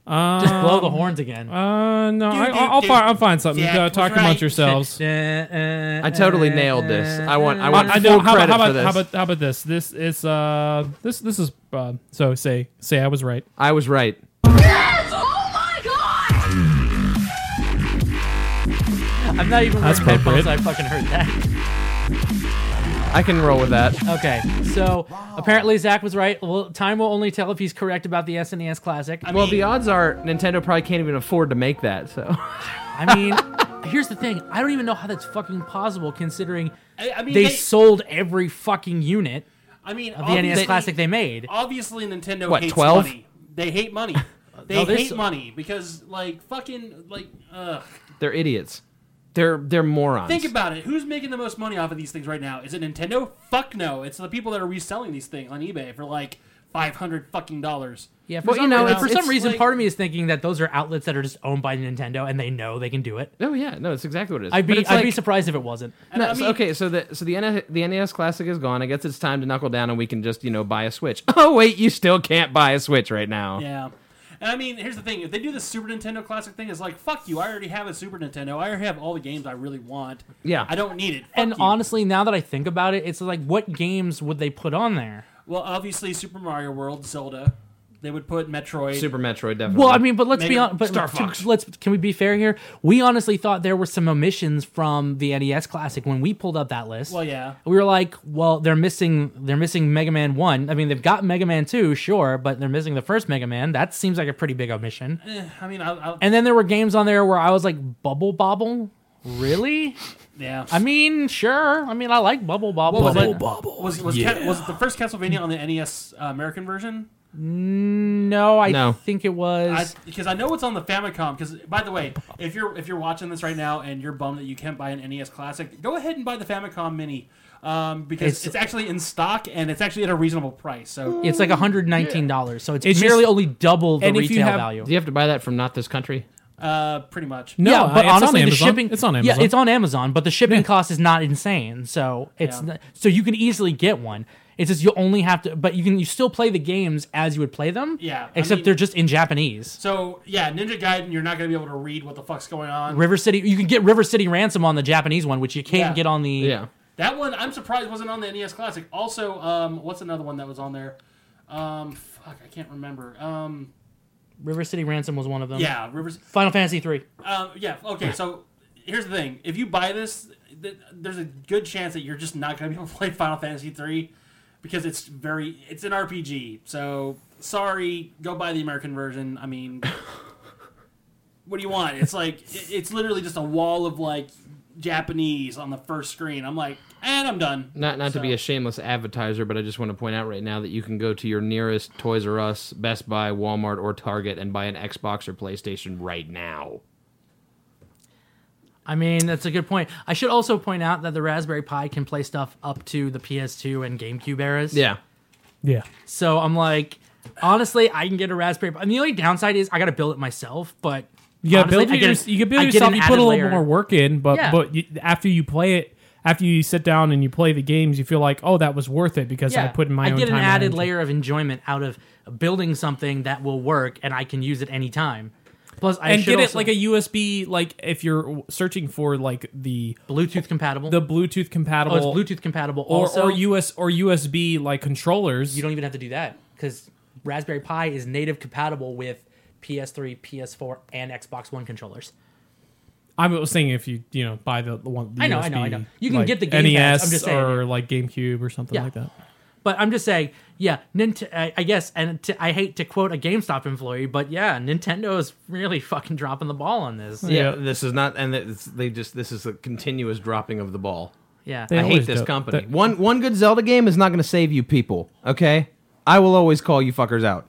S1: just blow the horns again.
S4: Uh, no, I,
S6: do,
S4: I'll, I'll,
S6: do.
S4: fi- I'll find something.
S6: Zach
S4: Uh,
S6: was
S4: talk
S6: right.
S4: amongst
S1: *laughs*
S4: yourselves.
S1: Uh,
S4: Uh,
S5: I totally nailed this. I want I want
S4: I
S5: full
S4: know. How, about-
S5: credit
S4: how about
S5: for this.
S4: how about how about this? This is uh this this is uh, so say say I was right.
S5: I was right.
S1: I'm not even
S4: That's
S1: wearing headphones.
S4: appropriate.
S1: I fucking heard that.
S5: I can roll with that.
S1: Okay, so apparently Zach was right. Well, time will only tell if he's correct about the SNES Classic.
S5: well, the odds are Nintendo probably can't even afford to make that, so
S1: I mean, *laughs* Here's the thing. I don't even know how that's fucking possible, considering
S6: I- I mean,
S1: they,
S6: they-
S1: sold every fucking unit.
S6: I mean,
S1: of the NES
S6: obviously-
S1: Classic they made.
S6: Obviously, Nintendo
S1: What,
S6: hates
S1: 12?
S6: money. They
S1: *laughs*
S6: hate money. They
S1: No,
S6: hate
S1: there's-
S6: money because, like, fucking, like, ugh.
S5: *laughs* They're idiots. They're they're morons.
S6: Think about it. Who's making the most money off of these things right now? Is it Nintendo? Fuck no. It's the people that are reselling these things on eBay for like five hundred fucking dollars.
S1: Yeah, for some, and for some reason, part of me is thinking that those are outlets that are just owned by Nintendo and they know they can do it.
S5: Oh yeah, no, it's exactly what it is.
S1: I'd
S5: But
S1: be
S5: it's
S1: I'd
S5: like-
S1: be surprised if it wasn't.
S5: No, so- okay, so the so the NES, the NES Classic is gone. I guess it's time to knuckle down and we can just you know buy a Switch. *laughs* Oh wait, you still can't buy a Switch right now.
S6: Yeah. And I mean, here's the thing: if they do the Super Nintendo Classic thing, it's like, fuck you. I already have a Super Nintendo. I already have all the games I really want.
S1: Yeah.
S6: I don't need it. Fuck
S1: and
S6: you.
S1: honestly, now that I think about it, it's like what games would they put on there?
S6: well, obviously, Super Mario World, Zelda. They would put Metroid.
S5: Super Metroid definitely.
S1: Well, I mean, but let's
S6: Maybe
S1: be on. But
S6: Star
S1: to-
S6: Fox.
S1: let's can we be fair here? We honestly thought there were some omissions from the NES Classic when we pulled up that list.
S6: Well, yeah.
S1: we were like, well, they're missing they're missing Mega Man One. I mean, they've got Mega Man Two, sure, but they're missing the first Mega Man. That seems like a pretty big omission.
S6: Eh, I mean, I, I,
S1: And then there were games on there where I was like, Bubble Bobble, really?
S6: yeah.
S1: I mean, sure. I mean, I like Bubble Bobble.
S6: What was
S1: but-
S6: it? Was was, Ca- was it the first Castlevania on the NES uh, American version?
S1: No, I
S5: No.
S1: think it was.
S6: Because I, know it's on the Famicom. Because by the way, if you're if you're watching this right now and you're bummed that you can't buy an NES Classic, go ahead and buy the Famicom Mini um, because
S1: It's- Mm.
S6: it's, actually in stock and it's actually at a reasonable price. So
S1: it's like $119, so it's, merely only double the retail value.
S5: Do you have to buy that from not this country?
S6: Uh, pretty much.
S1: No,
S5: Yeah,
S1: but
S5: it's on
S1: honestly, the
S5: Amazon.
S1: shipping
S5: It's on
S1: Yeah,
S5: Amazon.
S1: it's on Amazon, but the shipping cost is not insane. So it's
S6: Yeah.
S1: n- so you can easily get one. It's just you only have to, but you can you still play the games as you would play them.
S6: Yeah, I
S1: except
S6: mean-
S1: they're just in Japanese.
S6: So yeah, Ninja Gaiden, you're not gonna be able to read what the fuck's going on.
S1: River City, you can get River City Ransom on the Japanese one, which you can't
S6: Yeah.
S1: get on the
S5: Yeah.
S6: That one, I'm surprised wasn't on the NES Classic. Also, um, what's another one that was on there? Um, fuck, I can't remember. Um,
S1: River City Ransom was one of them.
S6: yeah, Rivers.
S1: Final Fantasy three.
S6: Um, yeah. Okay. So here's the thing: if you buy this, th- there's a good chance that you're just not going to be able to *laughs* play Final Fantasy three because it's very it's an RPG. So sorry, go buy the American version. I mean, what do you want? It's like it- it's literally just a wall of like Japanese on the first screen. I'm like, and I'm done.
S5: Not not to be a shameless advertiser, but I just want to point out right now that you can go to your nearest Toys R Us, Best Buy, Walmart, or Target and buy an Xbox or PlayStation right now.
S1: I mean, that's a good point. I should also point out that the Raspberry Pi can play stuff up to the PS2 and GameCube eras.
S5: Yeah.
S4: Yeah.
S1: So I'm like, honestly, I can get a Raspberry Pi. And the only downside is I got to build it myself, but.
S4: You gotta
S1: honestly,
S4: build it.
S1: I
S4: your-
S1: get a-
S4: you can build
S1: I
S4: it
S1: get
S4: yourself.
S1: an
S4: You
S1: added
S4: put a little
S1: layer.
S4: more work in, but
S1: Yeah.
S4: but you, after you play it, after you sit down and you play the games, you feel like, oh, that was worth it because I put in my
S1: I
S4: own
S1: get
S4: time.
S1: an
S4: and
S1: added
S4: energy.
S1: layer of enjoyment out of building something that will work and I can use it anytime. Plus, I
S4: and
S1: should
S4: get it
S1: also-
S4: like a USB, like if you're searching for like the
S1: Bluetooth compatible,
S4: the Bluetooth compatible,
S1: Oh, it's Bluetooth compatible
S4: or
S1: also.
S4: or US or USB like controllers.
S1: you don't even have to do that because Raspberry Pi is native compatible with PS3, PS4, and Xbox One controllers.
S4: I was saying if you you know buy the, the one. The
S1: I know, I
S4: USB,
S1: know, I know. You can
S4: like
S1: get the Game Pass,
S4: NES
S1: I'm just saying.
S4: or like GameCube or something
S1: Yeah.
S4: like that.
S1: But I'm just saying, yeah, Nint- I I guess, and to, I hate to quote a GameStop employee, but yeah, Nintendo is really *laughs* fucking dropping the ball on this.
S5: Yeah, this is not, and it's, they just this is a continuous dropping of the ball.
S1: Yeah.
S5: I hate this company. one one good Zelda game is not going to save you people. Okay, I will always call you fuckers out.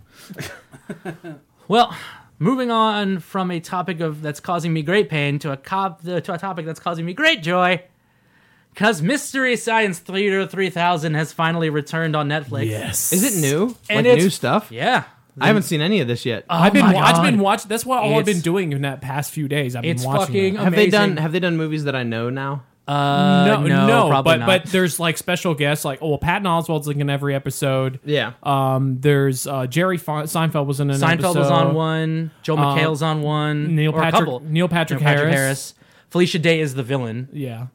S1: Well, moving on from a topic of that's causing me great pain to a cop to a topic that's causing me great joy. Cause Mystery Science Theater 3000 has finally returned on Netflix.
S4: Yes.
S5: Is it new?
S1: And
S5: like
S1: it's-
S5: new stuff?
S1: Yeah.
S5: I haven't seen any of this yet.
S1: Oh
S4: I've been
S1: my
S4: wa- I've been
S1: God.
S4: watching. That's what all I've been
S1: It's-
S4: doing in that past few days. I've been
S1: It's
S4: watching.
S1: fucking
S4: that.
S5: have they done
S1: amazing.
S5: Have they done movies that I know now?
S1: Uh,
S4: no,
S1: no,
S4: no,
S1: probably
S4: but
S1: not.
S4: but there's like special guests, like oh, well, Patton Oswald's like in every episode.
S5: Yeah.
S4: Um, there's uh, Jerry Fe- Seinfeld was in an
S1: Seinfeld
S4: episode.
S1: was on one. Joe
S4: Uh,
S1: McHale's on one.
S4: Neil
S1: or a
S4: Patrick-
S1: couple.
S4: Neil Patrick Harris.
S1: Felicia Day is the villain,
S4: Yeah,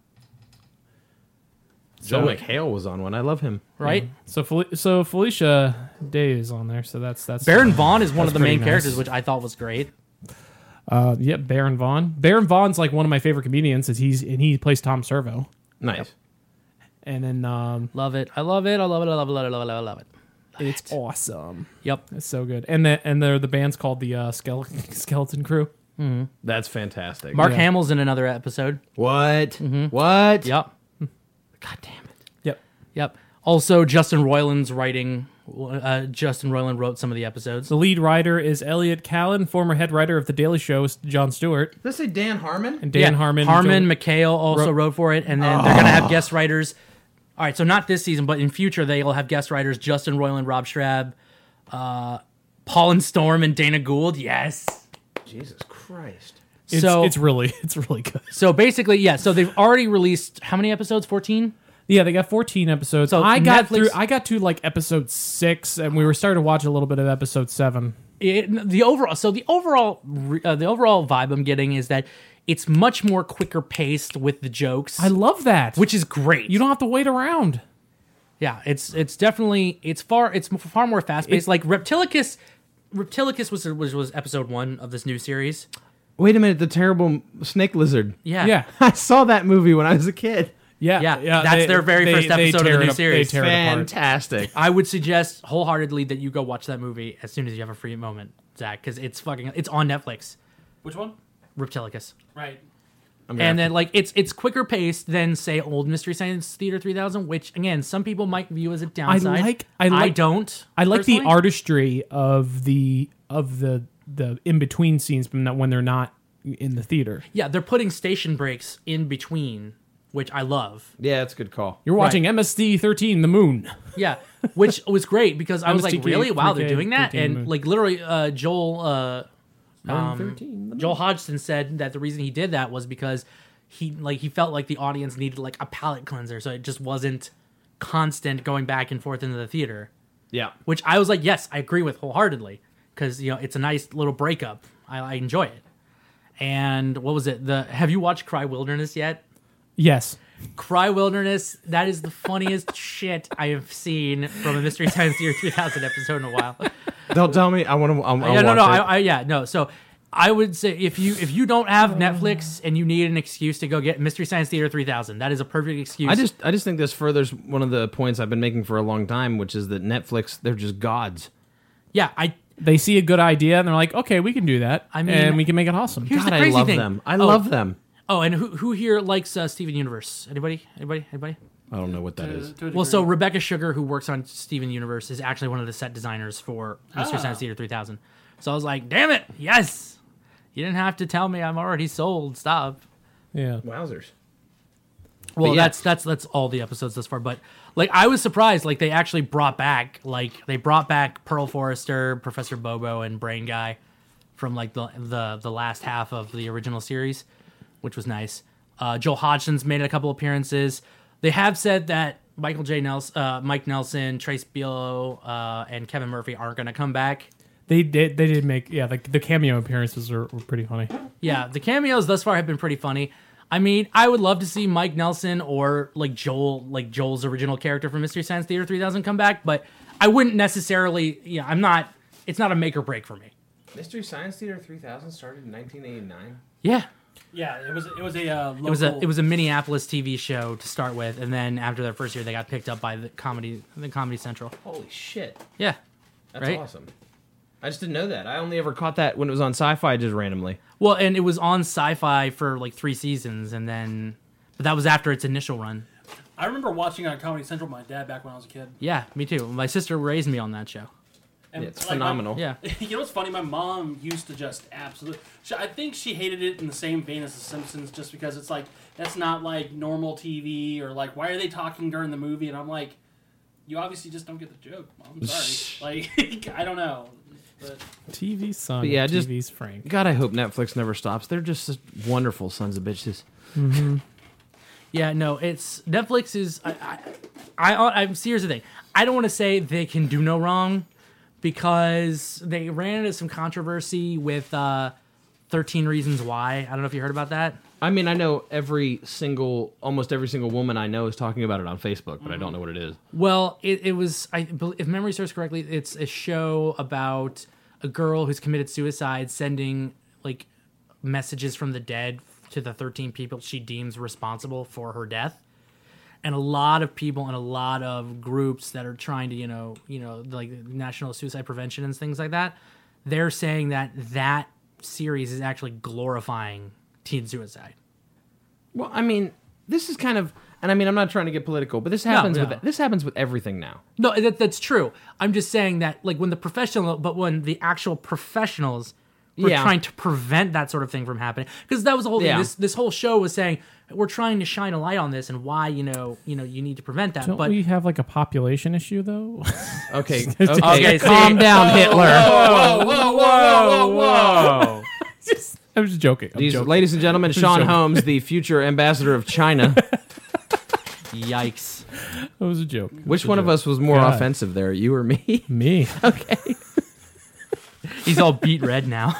S5: Joe
S4: So-
S5: McHale was on one. I love him.
S1: right?
S4: so Fel- so Felicia Day is on there. So that's that's
S1: Baron Vaughn is one
S4: That's
S1: of the main
S4: pretty nice.
S1: characters, which I thought was great.
S4: Uh, yep, Baron Vaughn. Baron Vaughn's like one of my favorite comedians. Is he's and he plays Tom Servo.
S5: Nice.
S4: And then um,
S1: Love it. I love it. I love it. I love it. I love it. I love it. I love it.
S4: it's awesome.
S1: Yep.
S4: It's so good. And the and the the band's called the uh, *laughs* Skeleton Skeleton Crew.
S1: Mhm.
S5: That's fantastic.
S1: Mark Hamill's in another episode.
S5: What? What?
S1: Yep. God damn it. Yep. Yep. Also, Justin Roiland's writing. Uh, Justin Roiland wrote some of the episodes.
S4: The lead writer is Elliot Callan, former head writer of The Daily Show, with John Stewart.
S5: Does that say Dan Harmon?
S4: And Dan
S1: Yeah,
S4: Harmon.
S1: Harmon,
S4: Joel-
S1: McHale also
S4: Ro- Ah.
S1: wrote for it, and then they're gonna have guest writers. All right, so not this season, but in future they'll have guest writers Justin Roiland, Rob Schrab, uh, Paul and Storm, and Dana Gould. Yes.
S5: Jesus Christ.
S4: It's,
S1: so
S4: it's really, *laughs* it's really good.
S1: so basically, yeah. So they've already released how many episodes? Fourteen.
S4: Yeah, they got 14 episodes.
S1: So
S4: I got
S1: Netflix-
S4: through. I got to like episode six, and we were starting to watch a little bit of episode seven.
S1: it, the overall so the overall re- uh, the overall vibe I'm getting is that it's much more quicker paced with the jokes.
S4: I love that,
S1: which is great. You
S4: don't have to wait around.
S1: Yeah, it's it's definitely it's far it's m- far more fast paced.
S4: It-
S1: Like Reptilicus, Reptilicus was was was episode one of this new series.
S5: Wait a minute, the terrible snake lizard. *laughs*
S1: Yeah. Yeah.
S5: I saw that movie when I was a kid.
S4: Yeah,
S1: yeah, that's
S4: they-
S1: their very
S4: they-
S1: first
S4: they
S1: episode
S4: tear
S1: of the
S4: it
S1: new
S4: up- they
S1: series.
S4: tear it apart.
S1: *laughs*
S5: Fantastic.
S1: I would suggest wholeheartedly that you go watch that movie as soon as you have a free moment, Zach, because it's fucking it's on Netflix.
S6: Which one?
S1: Reptilicus.
S6: Right.
S1: and then like it's it's quicker paced than say old Mystery Science Theater 3000, which again some people might view as a downside.
S4: I like. I, like,
S1: don't.
S4: I like the
S1: personally.
S4: artistry of the of the the in between scenes from that when they're not in the theater.
S1: Yeah, they're putting station breaks in between, which I love.
S5: Yeah, that's a good call.
S4: You're watching MSD 13, The Moon.
S1: Yeah, which was great because I was like,
S4: MSTK,
S1: really, wow, they're
S4: 3K,
S1: doing that,
S4: 13
S1: and
S4: moon.
S1: like literally, uh, Joel, uh,
S4: Nine,
S1: um,
S4: 13, the
S1: Joel Hodgson said that the reason he did that was because he like he felt like the audience needed like a palate cleanser, so it just wasn't constant going back and forth into the theater.
S5: Yeah.
S1: which I was like, yes, I agree with wholeheartedly because you know it's a nice little breakup. I, I enjoy it. And what was it? The Have you watched Cry Wilderness yet?
S4: Yes.
S1: Cry Wilderness. That is the funniest *laughs* shit I have seen from a Mystery Science Theater 2000 episode in a while.
S5: Don't tell me. I want to. I'm, I'll
S1: yeah, no,
S5: watch
S1: no,
S5: it.
S1: I, I, yeah, no. So I would say if you if you don't have Netflix and you need an excuse to go get Mystery Science Theater 3000, that is a perfect excuse.
S5: I just I just think this furthers one of the points I've been making for a long time, which is that Netflix they're just gods.
S1: yeah, I
S4: They see a good idea and they're like, okay, we can do that. I
S1: mean-
S4: and we can make it awesome.
S1: Here's the crazy
S5: I love
S1: thing.
S5: them. I
S1: Oh.
S5: love them.
S1: Oh, and who who here likes uh, Steven Universe? Anybody? Anybody? Anybody?
S5: I don't know what that is.
S1: Well, so Rebecca Sugar, who works on Steven Universe, is actually one of the set designers for Mr.
S6: Ah.
S1: Science Theater 3000. So I was like, damn it, yes. You didn't have to tell me I'm already sold. Stop.
S4: Yeah.
S5: Wowzers.
S1: Well,
S5: But yeah.
S1: that's that's that's all the episodes thus far. But like, I was surprised. Like, they actually brought back like they brought back Pearl Forrester, Professor Bobo, and Brain Guy from like the the the last half of the original series, which was nice. Uh, Joel Hodgson's made a couple appearances. They have said that Michael J. Nelson, uh, Mike Nelson, Trace Bigelow, uh, and Kevin Murphy aren't going to come back.
S4: They did. They did make. Yeah, like the cameo appearances are, were pretty funny.
S1: Yeah, the cameos thus far have been pretty funny. I mean, I would love to see Mike Nelson or like Joel, like Joel's original character from Mystery Science Theater 3000 come back, but I wouldn't necessarily, you know, I'm not, it's not a make or break for me.
S5: Mystery Science Theater 3000 started in 1989.
S1: Yeah.
S6: Yeah, it was it was a uh, local,
S1: It was a it was a Minneapolis TV show to start with, and then after their first year, they got picked up by the comedy the Comedy Central.
S5: Holy shit.
S1: Yeah,
S5: That's
S1: Right?
S5: awesome. I just didn't know that. I only ever caught that when it was on Sci-Fi just randomly.
S1: well, and it was on Sci-Fi for like three seasons, and then but that was after its initial run.
S6: I remember watching on Comedy Central with my dad back when I was a kid.
S1: Yeah, me too. My sister raised me on that show.
S6: And
S5: Yeah, it's
S6: my-
S5: phenomenal.
S1: Yeah.
S6: *laughs* you know what's funny? My mom used to just absolutely. I think she hated it in the same vein as The Simpsons, just because it's like that's not like normal TV or like why are they talking during the movie? And I'm like, you obviously just don't get the joke, mom. Sorry. like *laughs* I don't know. But
S4: TV son.
S5: But yeah,
S4: TV's
S5: just
S4: Frank.
S5: God, I hope Netflix never stops. They're just wonderful sons of bitches.
S1: Yeah, no, it's Netflix is. I, I, I I'm here's the thing. I don't want to say they can do no wrong because they ran into some controversy with uh, 13 Reasons Why. I don't know if you heard about that.
S5: I mean, I know every single, almost every single woman I know is talking about it on Facebook, but I don't know what it is.
S1: Well, it, it was, I, bel- if memory serves correctly, it's a show about a girl who's committed suicide sending like messages from the dead to the 13 people she deems responsible for her death. And a lot of people and a lot of groups that are trying to, you know, you know, like national suicide prevention and things like that, they're saying that that series is actually glorifying teen suicide.
S5: Well, I mean, this is kind of, and I mean, I'm not trying to get political, but this happens
S1: no.
S5: with this happens with everything now.
S1: No, that, that's true. I'm just saying that, like, when the professional, but when the actual professionals were
S5: Yeah.
S1: trying to prevent that sort of thing from happening, because that was the whole thing.
S5: Yeah.
S1: This this whole show was saying we're trying to shine a light on this and why you know you know you need to prevent that.
S4: Don't
S1: but
S4: we have like a population issue though? *laughs*
S1: *laughs*
S5: Okay,
S4: Just-
S5: okay,
S1: Okay,
S4: calm
S1: see- *laughs*
S4: down,
S1: Whoa,
S4: Hitler.
S1: whoa, whoa, whoa,
S5: whoa.
S4: Just- I'm just joking. I'm
S5: These,
S4: joking.
S5: ladies
S1: *laughs*
S5: and gentlemen,
S4: I'm
S5: Sean
S4: joking.
S5: Holmes, the future ambassador of China.
S1: Yikes!
S4: That was a joke. That was
S5: Which
S4: a
S5: one of
S4: joke.
S5: us was more
S4: God.
S5: offensive there, you or me?
S4: Me.
S5: Okay.
S1: he's all beat red now.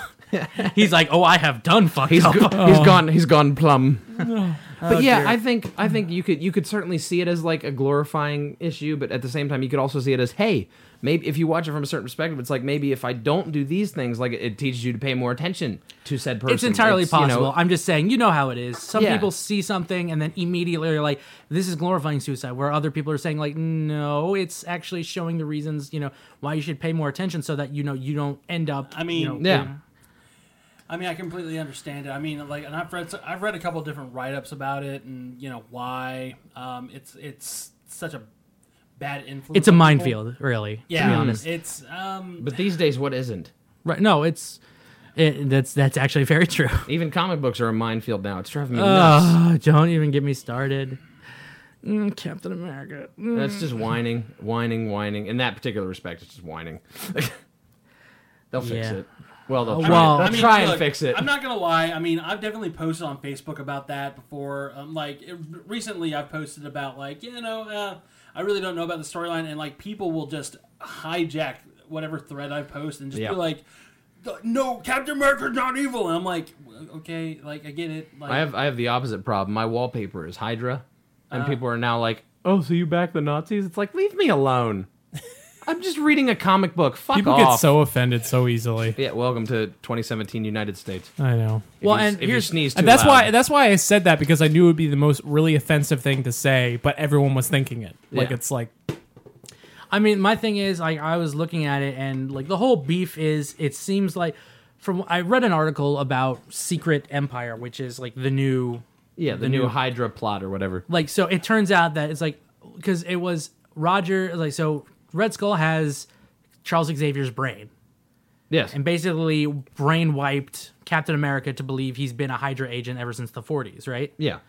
S1: he's like, oh, I have done fucked
S5: He's
S1: up.
S5: go- he's gone. He's gone plumb. but
S1: Oh,
S5: yeah,
S1: dear.
S5: I think I think you could you could certainly see it as like a glorifying issue, but at the same time, you could also see it as hey, maybe if you watch it from a certain perspective, it's like maybe if I don't do these things, like it, it teaches you to pay more attention to said person.
S1: It's entirely
S5: you know,
S1: possible. I'm just saying, you know how it is. Some
S5: Yeah.
S1: people see something and then immediately are like, "This is glorifying suicide," where other people are saying like, "No, it's actually showing the reasons you know why you should pay more attention so that you know you don't end up."
S6: I mean,
S1: you know,
S5: yeah.
S1: in-
S6: I mean, I completely understand it. I mean, like, and I've read I've read a couple different write ups about it, and you know why um, it's it's such a bad influence.
S1: it's a
S6: on people.
S1: minefield, really.
S6: Yeah,
S1: to be honest.
S6: it's um,
S5: but these days, what isn't?
S1: right? No, it's it, that's that's actually very true.
S5: Even comic books are a minefield now. It's driving me nuts.
S1: Oh, don't even get me started. Mm, Captain America. Mm.
S5: That's just whining, whining, whining. In that particular respect, it's just whining. *laughs* they'll fix
S1: Yeah.
S5: it. Well, they'll
S1: Oh,
S5: try,
S1: well-
S5: they'll
S1: I mean,
S5: try and
S6: look,
S5: fix it.
S6: I'm not gonna lie. I mean, I've definitely posted on Facebook about that before. Um, like it, recently, I've posted about like you know, uh, I really don't know about the storyline, and like people will just hijack whatever thread I post and just
S5: Yeah.
S6: be like, "The- "No, Captain America's not evil," and I'm like, "W- "Okay, like I get it." Like
S5: I have I have the opposite problem. My wallpaper is Hydra, and
S1: Ah.
S6: Uh.
S5: people are now like, "Oh, so you back the Nazis?" It's like, leave
S1: *laughs*
S5: me alone. I'm just reading a comic book. Fuck
S4: People
S5: off.
S4: get so offended so easily.
S5: yeah, welcome to 2017 United States.
S4: I know.
S5: If
S1: Well,
S5: you,
S1: and
S5: if you
S1: here's-
S5: sneeze too
S4: And that's
S5: loud-
S4: why that's why I said that because I knew it would be the most really offensive thing to say, but everyone was thinking it. Like
S5: Yeah.
S4: it's like
S1: I mean, my thing is, like, I was looking at it, and like the whole beef is, it seems like from I read an article about Secret Empire, which is like the new,
S5: yeah the, new, Hydra plot or whatever.
S1: like, so it turns out that it's like because it was Roger, like, so Red Skull has Charles Xavier's brain,
S5: Yes,
S1: and basically brain wiped Captain America to believe he's been a Hydra agent ever since the 40s, right?
S5: yeah.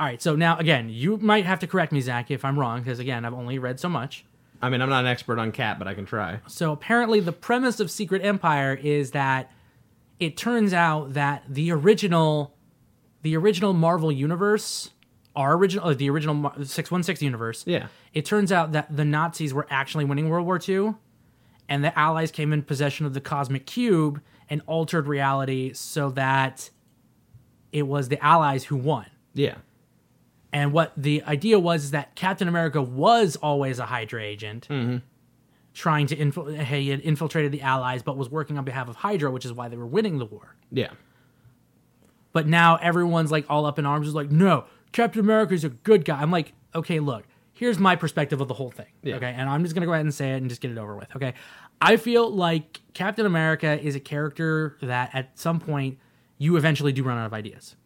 S1: All right, so now again, you might have to correct me, Zach, if I'm wrong, because again, I've only read so much.
S5: I mean, I'm not an expert on cat, but I can try.
S1: So apparently, the premise of Secret Empire is that it turns out that the original, the original Marvel universe, our original, uh, the original six one six universe.
S5: Yeah.
S1: It turns out that the Nazis were actually winning World War II, and the Allies came in possession of the cosmic cube and altered reality so that it was the Allies who won.
S5: Yeah.
S1: And what the idea was is that Captain America was always a Hydra agent, trying to infil- he had infiltrated the Allies, but was working on behalf of Hydra, which is why they were winning the war.
S5: Yeah.
S1: But now everyone's like all up in arms, is like, no, Captain America is a good guy. I'm like, okay, look, here's my perspective of the whole thing.
S5: Yeah.
S1: Okay, and I'm just gonna go ahead and say it and just get it over with. Okay, I feel like Captain America is a character that at some point you eventually do run out of ideas.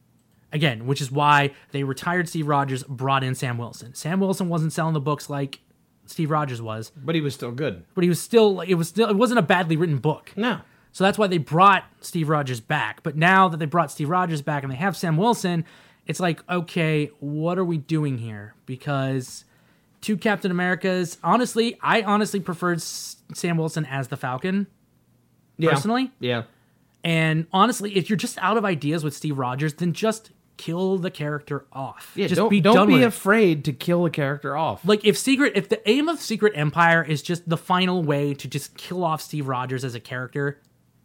S1: Again, which is why they retired Steve Rogers, brought in Sam Wilson. Sam Wilson wasn't selling the books like Steve Rogers was,
S5: But he was still good.
S1: but he was still like it was still it wasn't a badly written book.
S5: No.
S1: So that's why they brought Steve Rogers back. But now that they brought Steve Rogers back and they have Sam Wilson, it's like, okay, what are we doing here? Because two Captain Americas, honestly, I honestly preferred S- Sam Wilson as the Falcon
S5: Yeah.
S1: personally.
S5: Yeah.
S1: And honestly, if you're just out of ideas with Steve Rogers, then just kill the character off.
S5: Yeah.
S1: just
S5: don't
S1: be
S5: don't
S1: done
S5: be
S1: with it.
S5: afraid to kill a character off.
S1: Like if secret, if the aim of Secret Empire is just the final way to just kill off Steve Rogers as a character,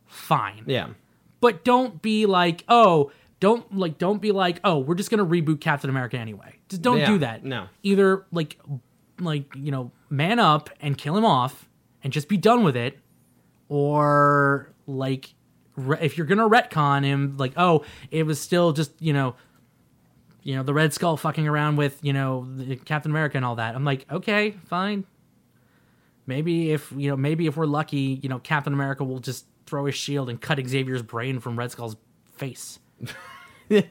S1: fine.
S5: Yeah.
S1: but don't be like oh don't like don't be like oh we're just gonna reboot captain america anyway just don't
S5: Yeah,
S1: do that
S5: no.
S1: either like like you know man up and kill him off and just be done with it or like re- if you're gonna retcon him like oh it was still just you know you know the red skull fucking around with you know the captain america and all that i'm like okay fine maybe if you know maybe if we're lucky you know captain america will just throw his shield and cut Xavier's brain from Red Skull's face.
S5: yeah,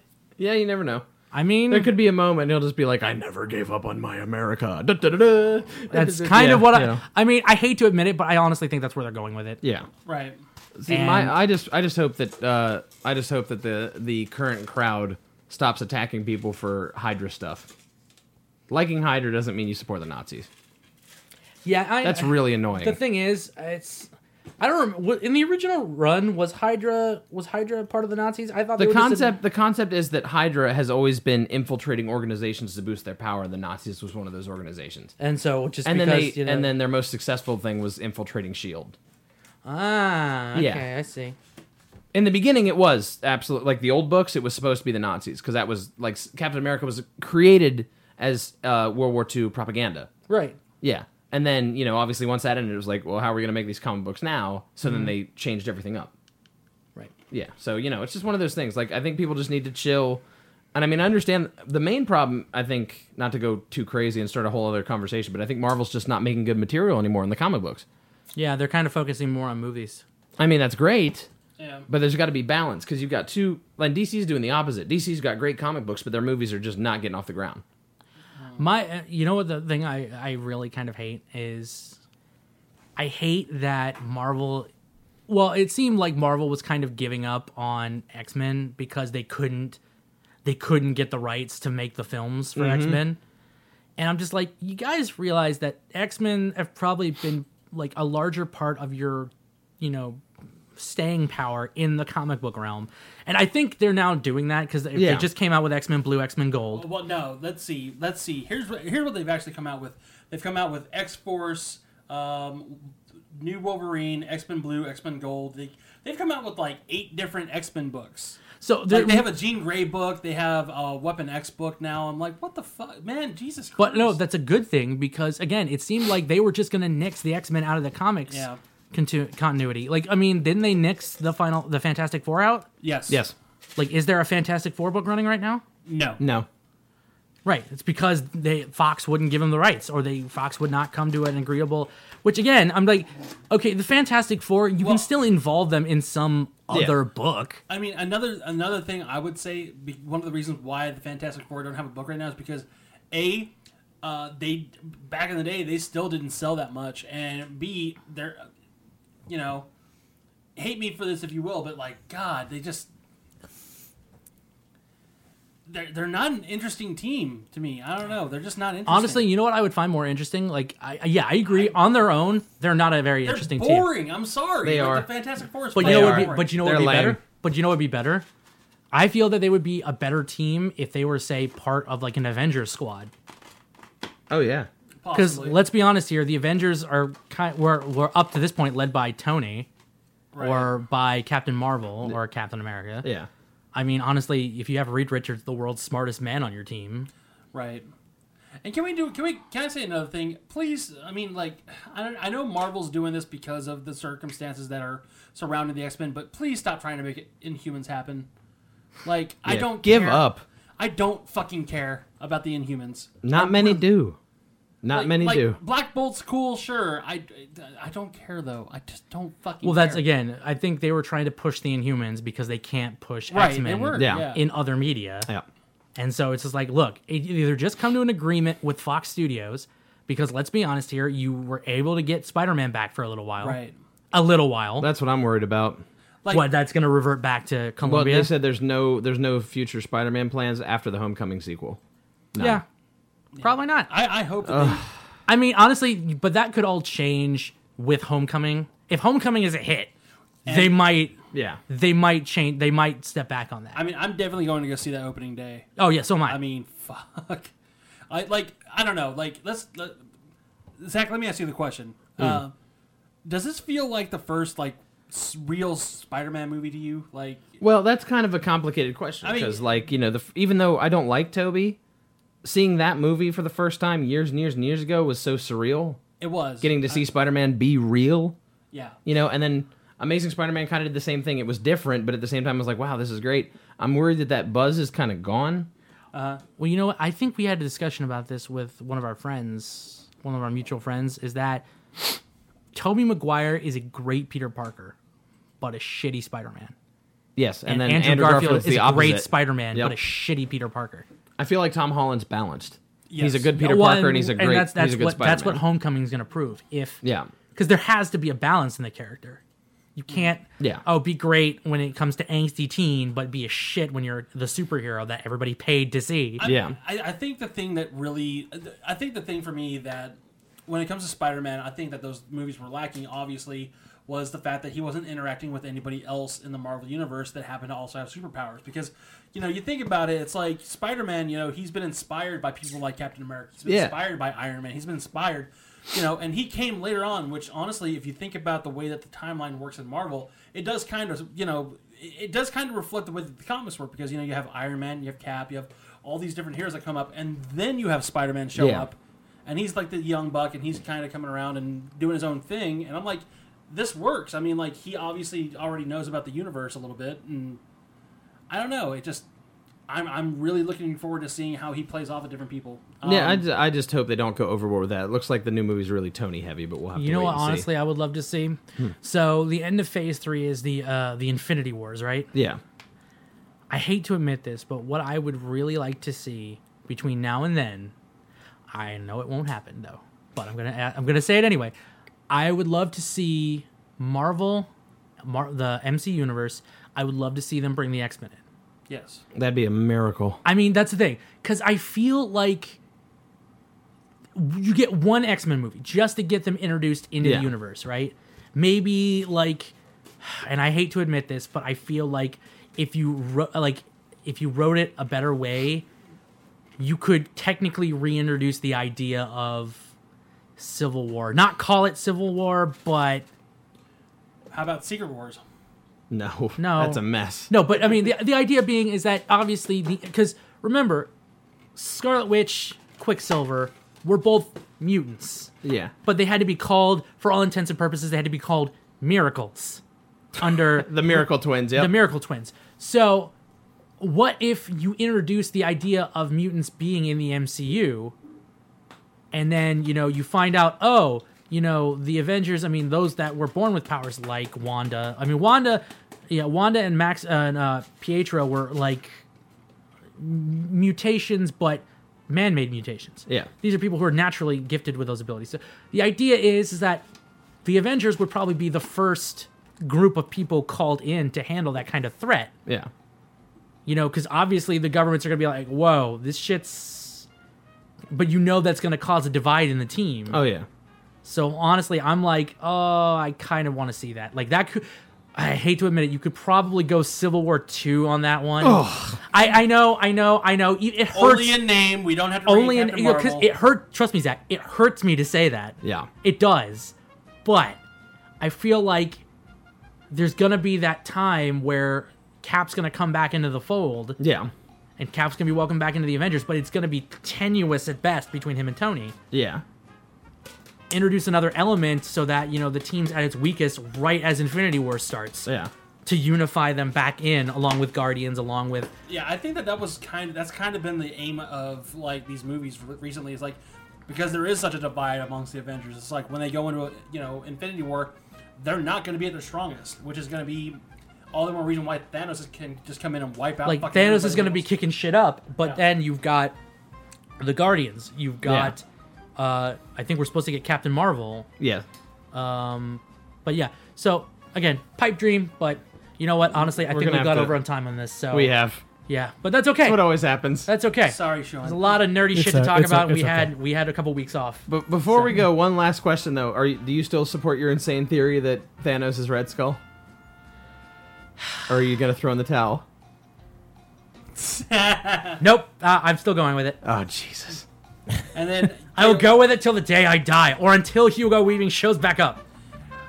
S5: you never know.
S1: I mean,
S5: there could be a moment he'll just be like, "I never gave up on my America." *laughs* Da, da, da, da.
S1: That's kind of what I.
S5: you know.
S1: I mean, I hate to admit it, but I honestly think that's where they're going with it.
S5: Yeah.
S6: Right.
S5: See, my I just I just hope that uh, I just hope that the the current crowd stops attacking people for Hydra stuff. Liking Hydra doesn't mean you support the Nazis.
S1: Yeah, I,
S5: That's really annoying.
S1: The thing is, it's I don't remember what- in the original run was Hydra was Hydra part of the Nazis? I thought they
S5: The
S1: were just in-
S5: concept the concept is that Hydra has always been infiltrating organizations to boost their power. and The Nazis was one of those organizations.
S1: and so just
S5: and
S1: because
S5: then they,
S1: you know,
S5: and then their most successful thing was infiltrating Shield.
S1: ah okay
S5: Yeah.
S1: I see
S5: In the beginning, it was absolutely like the old books. It was supposed to be the Nazis because that was like s- Captain America was created as uh, World War II propaganda.
S1: right
S5: Yeah, and then you know obviously once that ended, it was like, well, how are we going to make these comic books now? So then
S1: Mhm.
S5: they changed everything up.
S1: Right.
S5: Yeah. So you know it's just one of those things. Like I think people just need to chill. And I mean, I understand the main problem. I think not to go too crazy and start a whole other conversation, but I think Marvel's just not making good material anymore in the comic books.
S1: yeah they're kind of focusing more on movies.
S5: I mean, that's great.
S6: Yeah.
S5: But there's got to be balance because you've got two. Like DC's doing the opposite. DC's got great comic books, but their movies are just not getting off the ground.
S1: My, uh, you know what the thing I I really kind of hate is, I hate that Marvel. Well, it seemed like Marvel was kind of giving up on X Men because they couldn't, they couldn't get the rights to make the films for
S12: Mhm.
S6: Mm-hmm.
S1: X Men, and I'm just like, you guys realize that X Men have probably been like a larger part of your, you know. Staying power in the comic book realm, and I think they're now doing that because they,
S6: Yeah.
S1: they just came out with X Men Blue, X Men Gold.
S6: Well, no. Let's see. Let's see. Here's what here's what they've actually come out with. They've come out with X Force, um, New Wolverine, X Men Blue, X Men Gold. They, they've come out with like eight different X Men books.
S1: So
S6: Like, they have a Jean Grey book. They have a Weapon X book now. I'm like, what the fuck, man? Jesus Christ!
S1: But no, that's a good thing because again, it seemed like they were just going to nix the X Men out of the comics
S6: Yeah.
S1: contu- continuity. Like, I mean, didn't they nix the final, the Fantastic Four out?
S6: Yes.
S5: Yes.
S1: Like, is there a Fantastic Four book running right now?
S6: No.
S5: No.
S1: Right. It's because they Fox wouldn't give them the rights, or they Fox would not come to an agreeable. Which again, I'm like, okay, the Fantastic Four, you can still involve them in some
S6: Yeah.
S1: other book.
S6: I mean, another another thing I would say be, one of the reasons why the Fantastic Four don't have a book right now is because a uh, they back in the day they still didn't sell that much, and b they're you know hate me for this if you will, but like God, they just they're they're not an interesting team to me. I don't know, they're just not interesting.
S1: Honestly, you know what I would find more interesting? Like, I, yeah, I agree. On their own, they're not a very
S6: they're
S1: interesting team.
S6: boring. I'm sorry,
S1: They
S6: Like,
S1: are.
S6: the Fantastic Four. Is
S1: But you
S6: fucking
S1: know, what would be,
S6: boring.
S1: but you know what would be better. But you know what would be better. I feel that they would be a better team if they were, say, part of like an Avengers squad.
S5: Oh yeah.
S1: Because let's be honest here, the Avengers are kind were were up to this point led by Tony, or by Captain Marvel or Captain America.
S5: Yeah.
S1: I mean, honestly, if you have Reed Richards, the world's smartest man, on your team,
S6: Right. And can we do? Can we? Can I say another thing, please? I mean, like, I don't. I know Marvel's doing this because of the circumstances that are surrounding the X Men, but please stop trying to make it Inhumans happen. Like, I
S5: Yeah,
S6: don't
S5: give
S6: care.
S5: up.
S6: I don't fucking care about the Inhumans.
S5: Not many do. Not
S6: Like-
S5: many
S6: like,
S5: do.
S6: Black Bolt's cool, sure. I, I don't care though. I just don't fucking.
S1: Well, that's
S6: care.
S1: again. I think they were trying to push the Inhumans because they can't push
S6: Right,
S1: X
S6: they were,
S1: Men
S6: Yeah. yeah.
S1: in other media.
S5: Yeah.
S1: And so it's just like, look, e- either just come to an agreement with Fox Studios because let's be honest here, you were able to get Spider Man back for a little while,
S6: Right.
S1: A little while.
S5: That's what I'm worried about.
S6: Like-
S1: what that's going to revert back to Columbia.
S5: Well, they said there's no there's no future Spider-Man plans after the Homecoming sequel. No.
S1: Yeah. Probably not.
S6: I, I hope.
S5: Ugh.
S1: I mean, honestly, but that could all change with Homecoming. If Homecoming is a hit, they might.
S5: Yeah.
S1: They might change. They might step back on that.
S6: I mean, I'm definitely going to go see that opening day.
S1: Oh, yeah, so am I.
S6: I mean, fuck. I like. I don't know. Like, let's. Let, Zach, let me ask you the question.
S5: Hmm.
S6: Uh, does this feel like the first like s- real Spider-Man movie to you? Like,
S5: Well, that's kind of a complicated question
S6: I mean-
S5: because, like, you know, the f- even though I don't like Toby, seeing that movie for the first time years and years and years ago was so surreal.
S6: It was.
S5: getting to see Spider-Man be real.
S6: Yeah.
S5: you know, and then Amazing Spider-Man kind of did the same thing. It was different, but at the same time, I was like, wow, this is great. I'm worried that that buzz is kind of gone.
S6: Uh,
S1: well, you know what? I think we had a discussion about this with one of our friends, one of our mutual friends, is that Toby Maguire is a great Peter Parker. but a shitty Spider-Man.
S5: Yes, and,
S1: And
S5: then
S1: Andrew
S5: Andrew
S1: Garfield
S5: Garfield's
S1: is
S5: the
S1: a great
S5: opposite.
S1: Spider-Man,
S5: Yep.
S1: but a shitty Peter Parker.
S5: I feel like Tom Holland's balanced. He's a
S1: Yes.
S5: good Peter
S1: Well,
S5: Parker, and he's a great.
S1: that's, that's
S5: he's a good
S1: what
S5: Spider-Man.
S1: that's what Homecoming's going to prove. If
S5: Yeah.
S1: because there has to be a balance in the character. You can't
S5: Yeah.
S1: oh be great when it comes to angsty teen, but be a shit when you're the superhero that everybody paid to see.
S6: I- I, I think the thing that really, I think the thing for me that when it comes to Spider Man, I think that those movies were lacking, obviously, was the fact that he wasn't interacting with anybody else in the Marvel Universe that happened to also have superpowers. Because, you know, you think about it, it's like Spider Man, you know, he's been inspired by people like Captain America, he's been
S5: Yeah.
S6: inspired by Iron Man, he's been inspired. You know, and he came later on, which honestly, if you think about the way that the timeline works in Marvel, it does kind of, you know, it it does kind of reflect the way that the comics work because you know you have Iron Man, you have Cap, you have all these different heroes that come up, and then you have Spider Man show
S5: Yeah.
S6: up, and he's like the young buck, and he's kind of coming around and doing his own thing, and I'm like, this works. I mean, like he obviously already knows about the universe a little bit, and I don't know, it just. I'm, I'm really looking forward to seeing how he plays off of different people. Um,
S5: yeah,
S1: um,
S5: I ju- I just hope they don't go overboard with that. It looks like the new movie's really Tony heavy, but we'll have to
S1: You know
S5: wait
S1: what?
S5: and see.
S1: Honestly, I would love to see.
S5: Hmm.
S1: So the end of Phase Three is the uh, the Infinity Wars, right?
S5: Yeah.
S1: I hate to admit this, but what I would really like to see between now and then, I know it won't happen though, but I'm gonna I'm gonna say it anyway. I would love to see Marvel, Mar- the MC Universe. I would love to see them bring the X Men in.
S6: Yes.
S5: That'd be a miracle.
S1: I mean, that's the thing. Because I feel like you get one X Men movie just to get them introduced into
S5: Yeah.
S1: the universe, right? Maybe like, and I hate to admit this, but I feel like if you wro- like if you wrote it a better way, you could technically reintroduce the idea of Civil War. Not call it Civil War, but
S6: How about Secret Wars?
S5: No.
S1: *laughs* no,
S5: That's a mess.
S1: No, but I mean, the, the idea being is that obviously the because remember, Scarlet Witch, Quicksilver were both mutants,
S5: Yeah.
S1: but they had to be called for all intents and purposes. They had to be called miracles under
S5: the Miracle Twins. Yeah.
S1: the Miracle Twins. So, what if you introduce the idea of mutants being in the MCU, and then you know you find out, oh, you know the Avengers. I mean, those that were born with powers like Wanda. I mean, Wanda, yeah, Wanda and Max uh, and uh, Pietro were like m- mutations, but man-made mutations.
S5: Yeah.
S1: These are people who are naturally gifted with those abilities. So the idea is, is that the Avengers would probably be the first group of people called in to handle that kind of threat.
S5: Yeah.
S1: You know, because obviously the governments are going to be like, whoa, this shit's. But you know that's going to cause a divide in the team.
S5: Oh yeah.
S1: So honestly, I'm like, oh, I kind of want to see that. Like that could. I hate to admit it, you could probably go Civil War two on that one.
S6: Ugh.
S1: I, I know, I know, I know. It it hurts.
S6: Only in name. We don't have to.
S1: only in
S6: Captain
S1: you know, 'cause
S6: Marvel.
S1: it hurt. Trust me, Zach. It hurts me to say that.
S5: Yeah.
S1: It does. But I feel like there's going to be that time where Cap's going to come back into the fold.
S5: Yeah.
S1: And Cap's going to be welcomed back into the Avengers, but it's going to be tenuous at best between him and Tony.
S5: Yeah.
S1: Introduce another element so that, you know, the team's at its weakest right as Infinity War starts.
S5: Yeah.
S1: To unify them back in along with Guardians, along with.
S6: Yeah, I think that that was kind of that's kind of been the aim of like these movies re- recently is like because there is such a divide amongst the Avengers. It's like when they go into a, you know Infinity War, they're not going to be at their strongest, which is going to be all the more reason why Thanos is- can just come in and wipe out.
S1: Like,
S6: fucking
S1: Thanos is
S6: everybody
S1: going to
S6: else.
S1: be kicking shit up, but then you've got the Guardians. You've
S5: Yeah.
S1: got. Uh, I think we're supposed to get Captain Marvel.
S5: Yeah.
S1: Um, but yeah, so again, pipe dream. But you know what? Honestly, I
S5: We're
S1: think
S5: gonna
S1: we
S5: have
S1: got
S5: to-
S1: over on time on this. So
S5: we have.
S1: yeah, but that's okay.
S5: That's what always happens.
S1: That's okay.
S6: Sorry, Sean.
S1: There's a lot of nerdy
S5: It's
S1: shit
S5: o-
S1: to talk
S5: it's o-
S1: about. we
S5: it's okay.
S1: had we had a couple weeks off.
S5: But before we go, one last question though: Are you, do you still support your insane theory that Thanos is Red Skull? Or are you gonna throw in the towel?
S1: Nope, uh, I'm still going with it.
S5: Oh Jesus!
S6: and then
S1: I will go with it till the day I die, or until Hugo Weaving shows back up.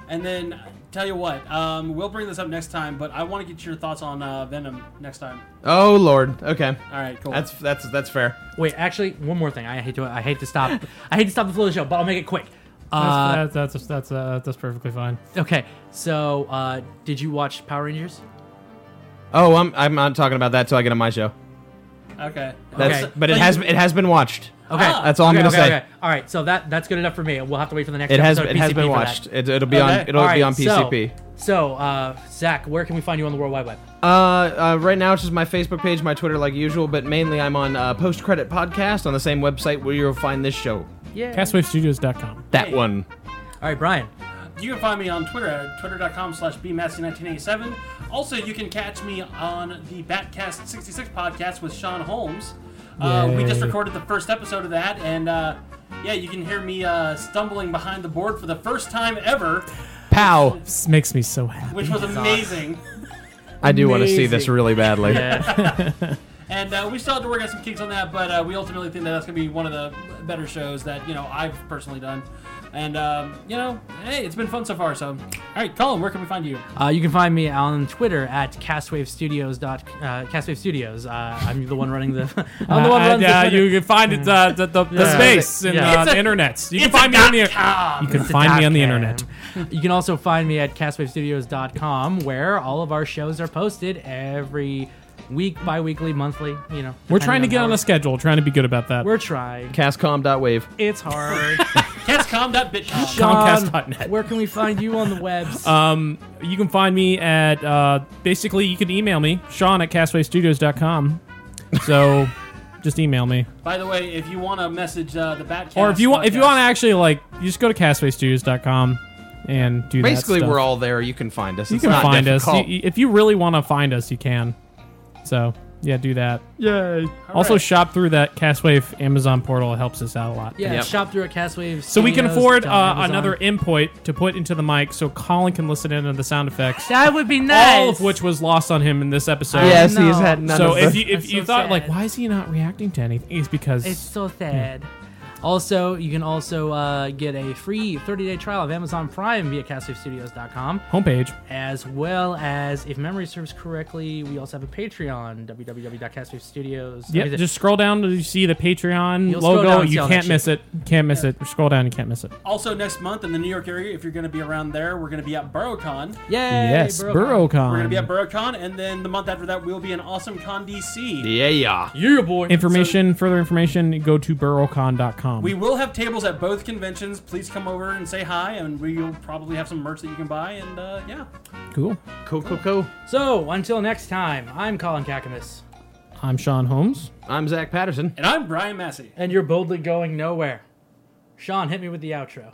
S6: and then tell you what, um, we'll bring this up next time. But I want to get your thoughts on uh, Venom next time.
S5: Oh Lord. Okay.
S6: All right, cool.
S5: That's that's that's fair.
S1: Wait, actually, one more thing. I hate to I hate to stop I hate to stop the flow of the show, but I'll make it quick. Uh,
S4: that's that's that's that's, uh, that's perfectly fine.
S1: okay, so uh, did you watch Power Rangers?
S5: Oh, I'm I'm not talking about that till I get on my show.
S6: Okay.
S5: That's,
S1: Okay.
S5: But it
S1: So
S5: has
S1: you-
S5: it has been watched.
S1: Okay,
S5: that's all I'm
S1: okay,
S5: gonna
S1: okay,
S5: say.
S1: okay. All right, so that that's good enough for me. We'll have to wait for the next.
S5: It has-
S1: episode of
S5: it has
S1: PCP
S5: been
S1: for that.
S5: watched. It- it'll be on- it'll
S1: All
S5: be on
S1: so-
S5: PCP.
S1: So, uh, Zach, where can we find you on the World Wide Web?
S5: Uh, uh, right now, it's just my Facebook page, my Twitter, like usual. But mainly, I'm on uh, Post Credit Podcast on the same website where you'll find this show.
S1: Yeah.
S4: CastwaveStudios.com.
S5: That one.
S1: All right, Brian.
S6: You can find me on Twitter at twitter.com slash bmassey1987. Also, you can catch me on the Batcast 66 podcast with Sean Holmes. Uh, we just
S4: Yay.
S6: recorded the first episode of that, and uh, yeah, you can hear me uh, stumbling behind the board for the first time ever,
S5: Pow.
S4: This makes me so happy.
S6: which was amazing.
S5: I do want to see this
S4: Amazing.
S5: really badly.
S6: and uh, we still have to work out some kinks on that, but uh, we ultimately think that that's going to be one of the better shows that you know I've personally done. And um, you know, hey, it's been fun so far. So, all right, Colin, where can we find you?
S1: Uh, you can find me on Twitter at Castwave Studios. Dot, uh, Castwave Studios. Uh, I'm the one running the. *laughs* I'm the one
S4: Uh,
S1: running
S4: uh,
S1: the. Twitter.
S4: you can find it uh, the, the, the
S1: Yeah.
S4: space in
S1: Yeah.
S4: uh,
S1: It's
S4: the
S1: a-
S4: internet. You can
S1: it's a
S4: find me on the
S1: dot-com.
S4: You can
S1: It's a
S4: find me on the
S1: dot-com.
S4: internet.
S1: You can also find me at castwavestudios.com where all of our shows are posted every week, bi weekly, monthly, you know. depending
S4: We're trying to get
S1: how
S4: on a schedule. Trying to be good about that.
S1: We're trying.
S5: Castcom.wave.
S1: It's
S4: *laughs*
S1: hard.
S6: Castcom.bitch.
S4: Comcast.net.
S1: where can we find you on the webs?
S4: Um, you can find me at uh, basically you can email me Sean at castwaystudios.com. So *laughs* just email me,
S6: By the way, if you want to message uh, the Batcast,
S4: or if you want, if you
S6: podcast-
S4: want to actually like, you just go to castwaystudios.com and do
S5: Basically,
S4: that. stuff.
S5: we're all there. You can find us.
S4: You
S5: It's
S4: can
S5: not
S4: find
S5: difficult.
S4: us You- you- if you really want to find us. You can. So yeah, do that. Yay! Also,
S1: right.
S4: shop through that Castwave Amazon portal. It helps us out a lot.
S1: yeah, shop through at Castwaves.
S4: So we can afford uh, another input to put into the mic, so Colin can listen in on the sound effects.
S1: That would be nice.
S4: all of which was lost on him in this episode.
S5: Yes, he has had none
S4: So
S5: of
S4: if
S5: the-
S4: you if
S1: That's
S4: you
S1: so
S4: thought like,
S1: sad.
S4: why is he not reacting to anything? It's because
S1: It's so sad. Also, you can also uh, get a free 30-day trial of Amazon Prime via castwavestudios.com.
S4: homepage.
S1: as well as if memory serves correctly we also have a patreon www.castwavestudios
S4: Yep, just scroll down to see the Patreon
S1: You'll scroll down
S4: logo.
S1: and see
S4: You
S1: all
S4: can't
S1: that
S4: miss
S1: shit.
S4: it. Can't miss it. Scroll down. You can't miss it.
S6: Also, next month in the New York area, if you're going to be around there, we're going to be at BorrowCon.
S1: yay
S4: yes,
S1: bro.
S4: BurrowCon.
S6: We're going to be at BorrowCon, and then the month after that, we'll be in Awesome Con DC.
S5: Yeah, yeah.
S1: yeah boy
S4: information, further information, go to burrowcon.com.
S6: We will have tables at both conventions. Please come over and say hi, and we'll probably have some merch that you can buy. And uh, yeah,
S4: cool.
S5: Cool, cool, cool.
S1: so until next time i'm colin kakamis
S4: I'm Sean Holmes.
S5: I'm Zach Patterson.
S6: and I'm Brian Massey.
S1: and you're boldly going nowhere sean hit me with the outro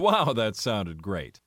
S2: Wow, that sounded great.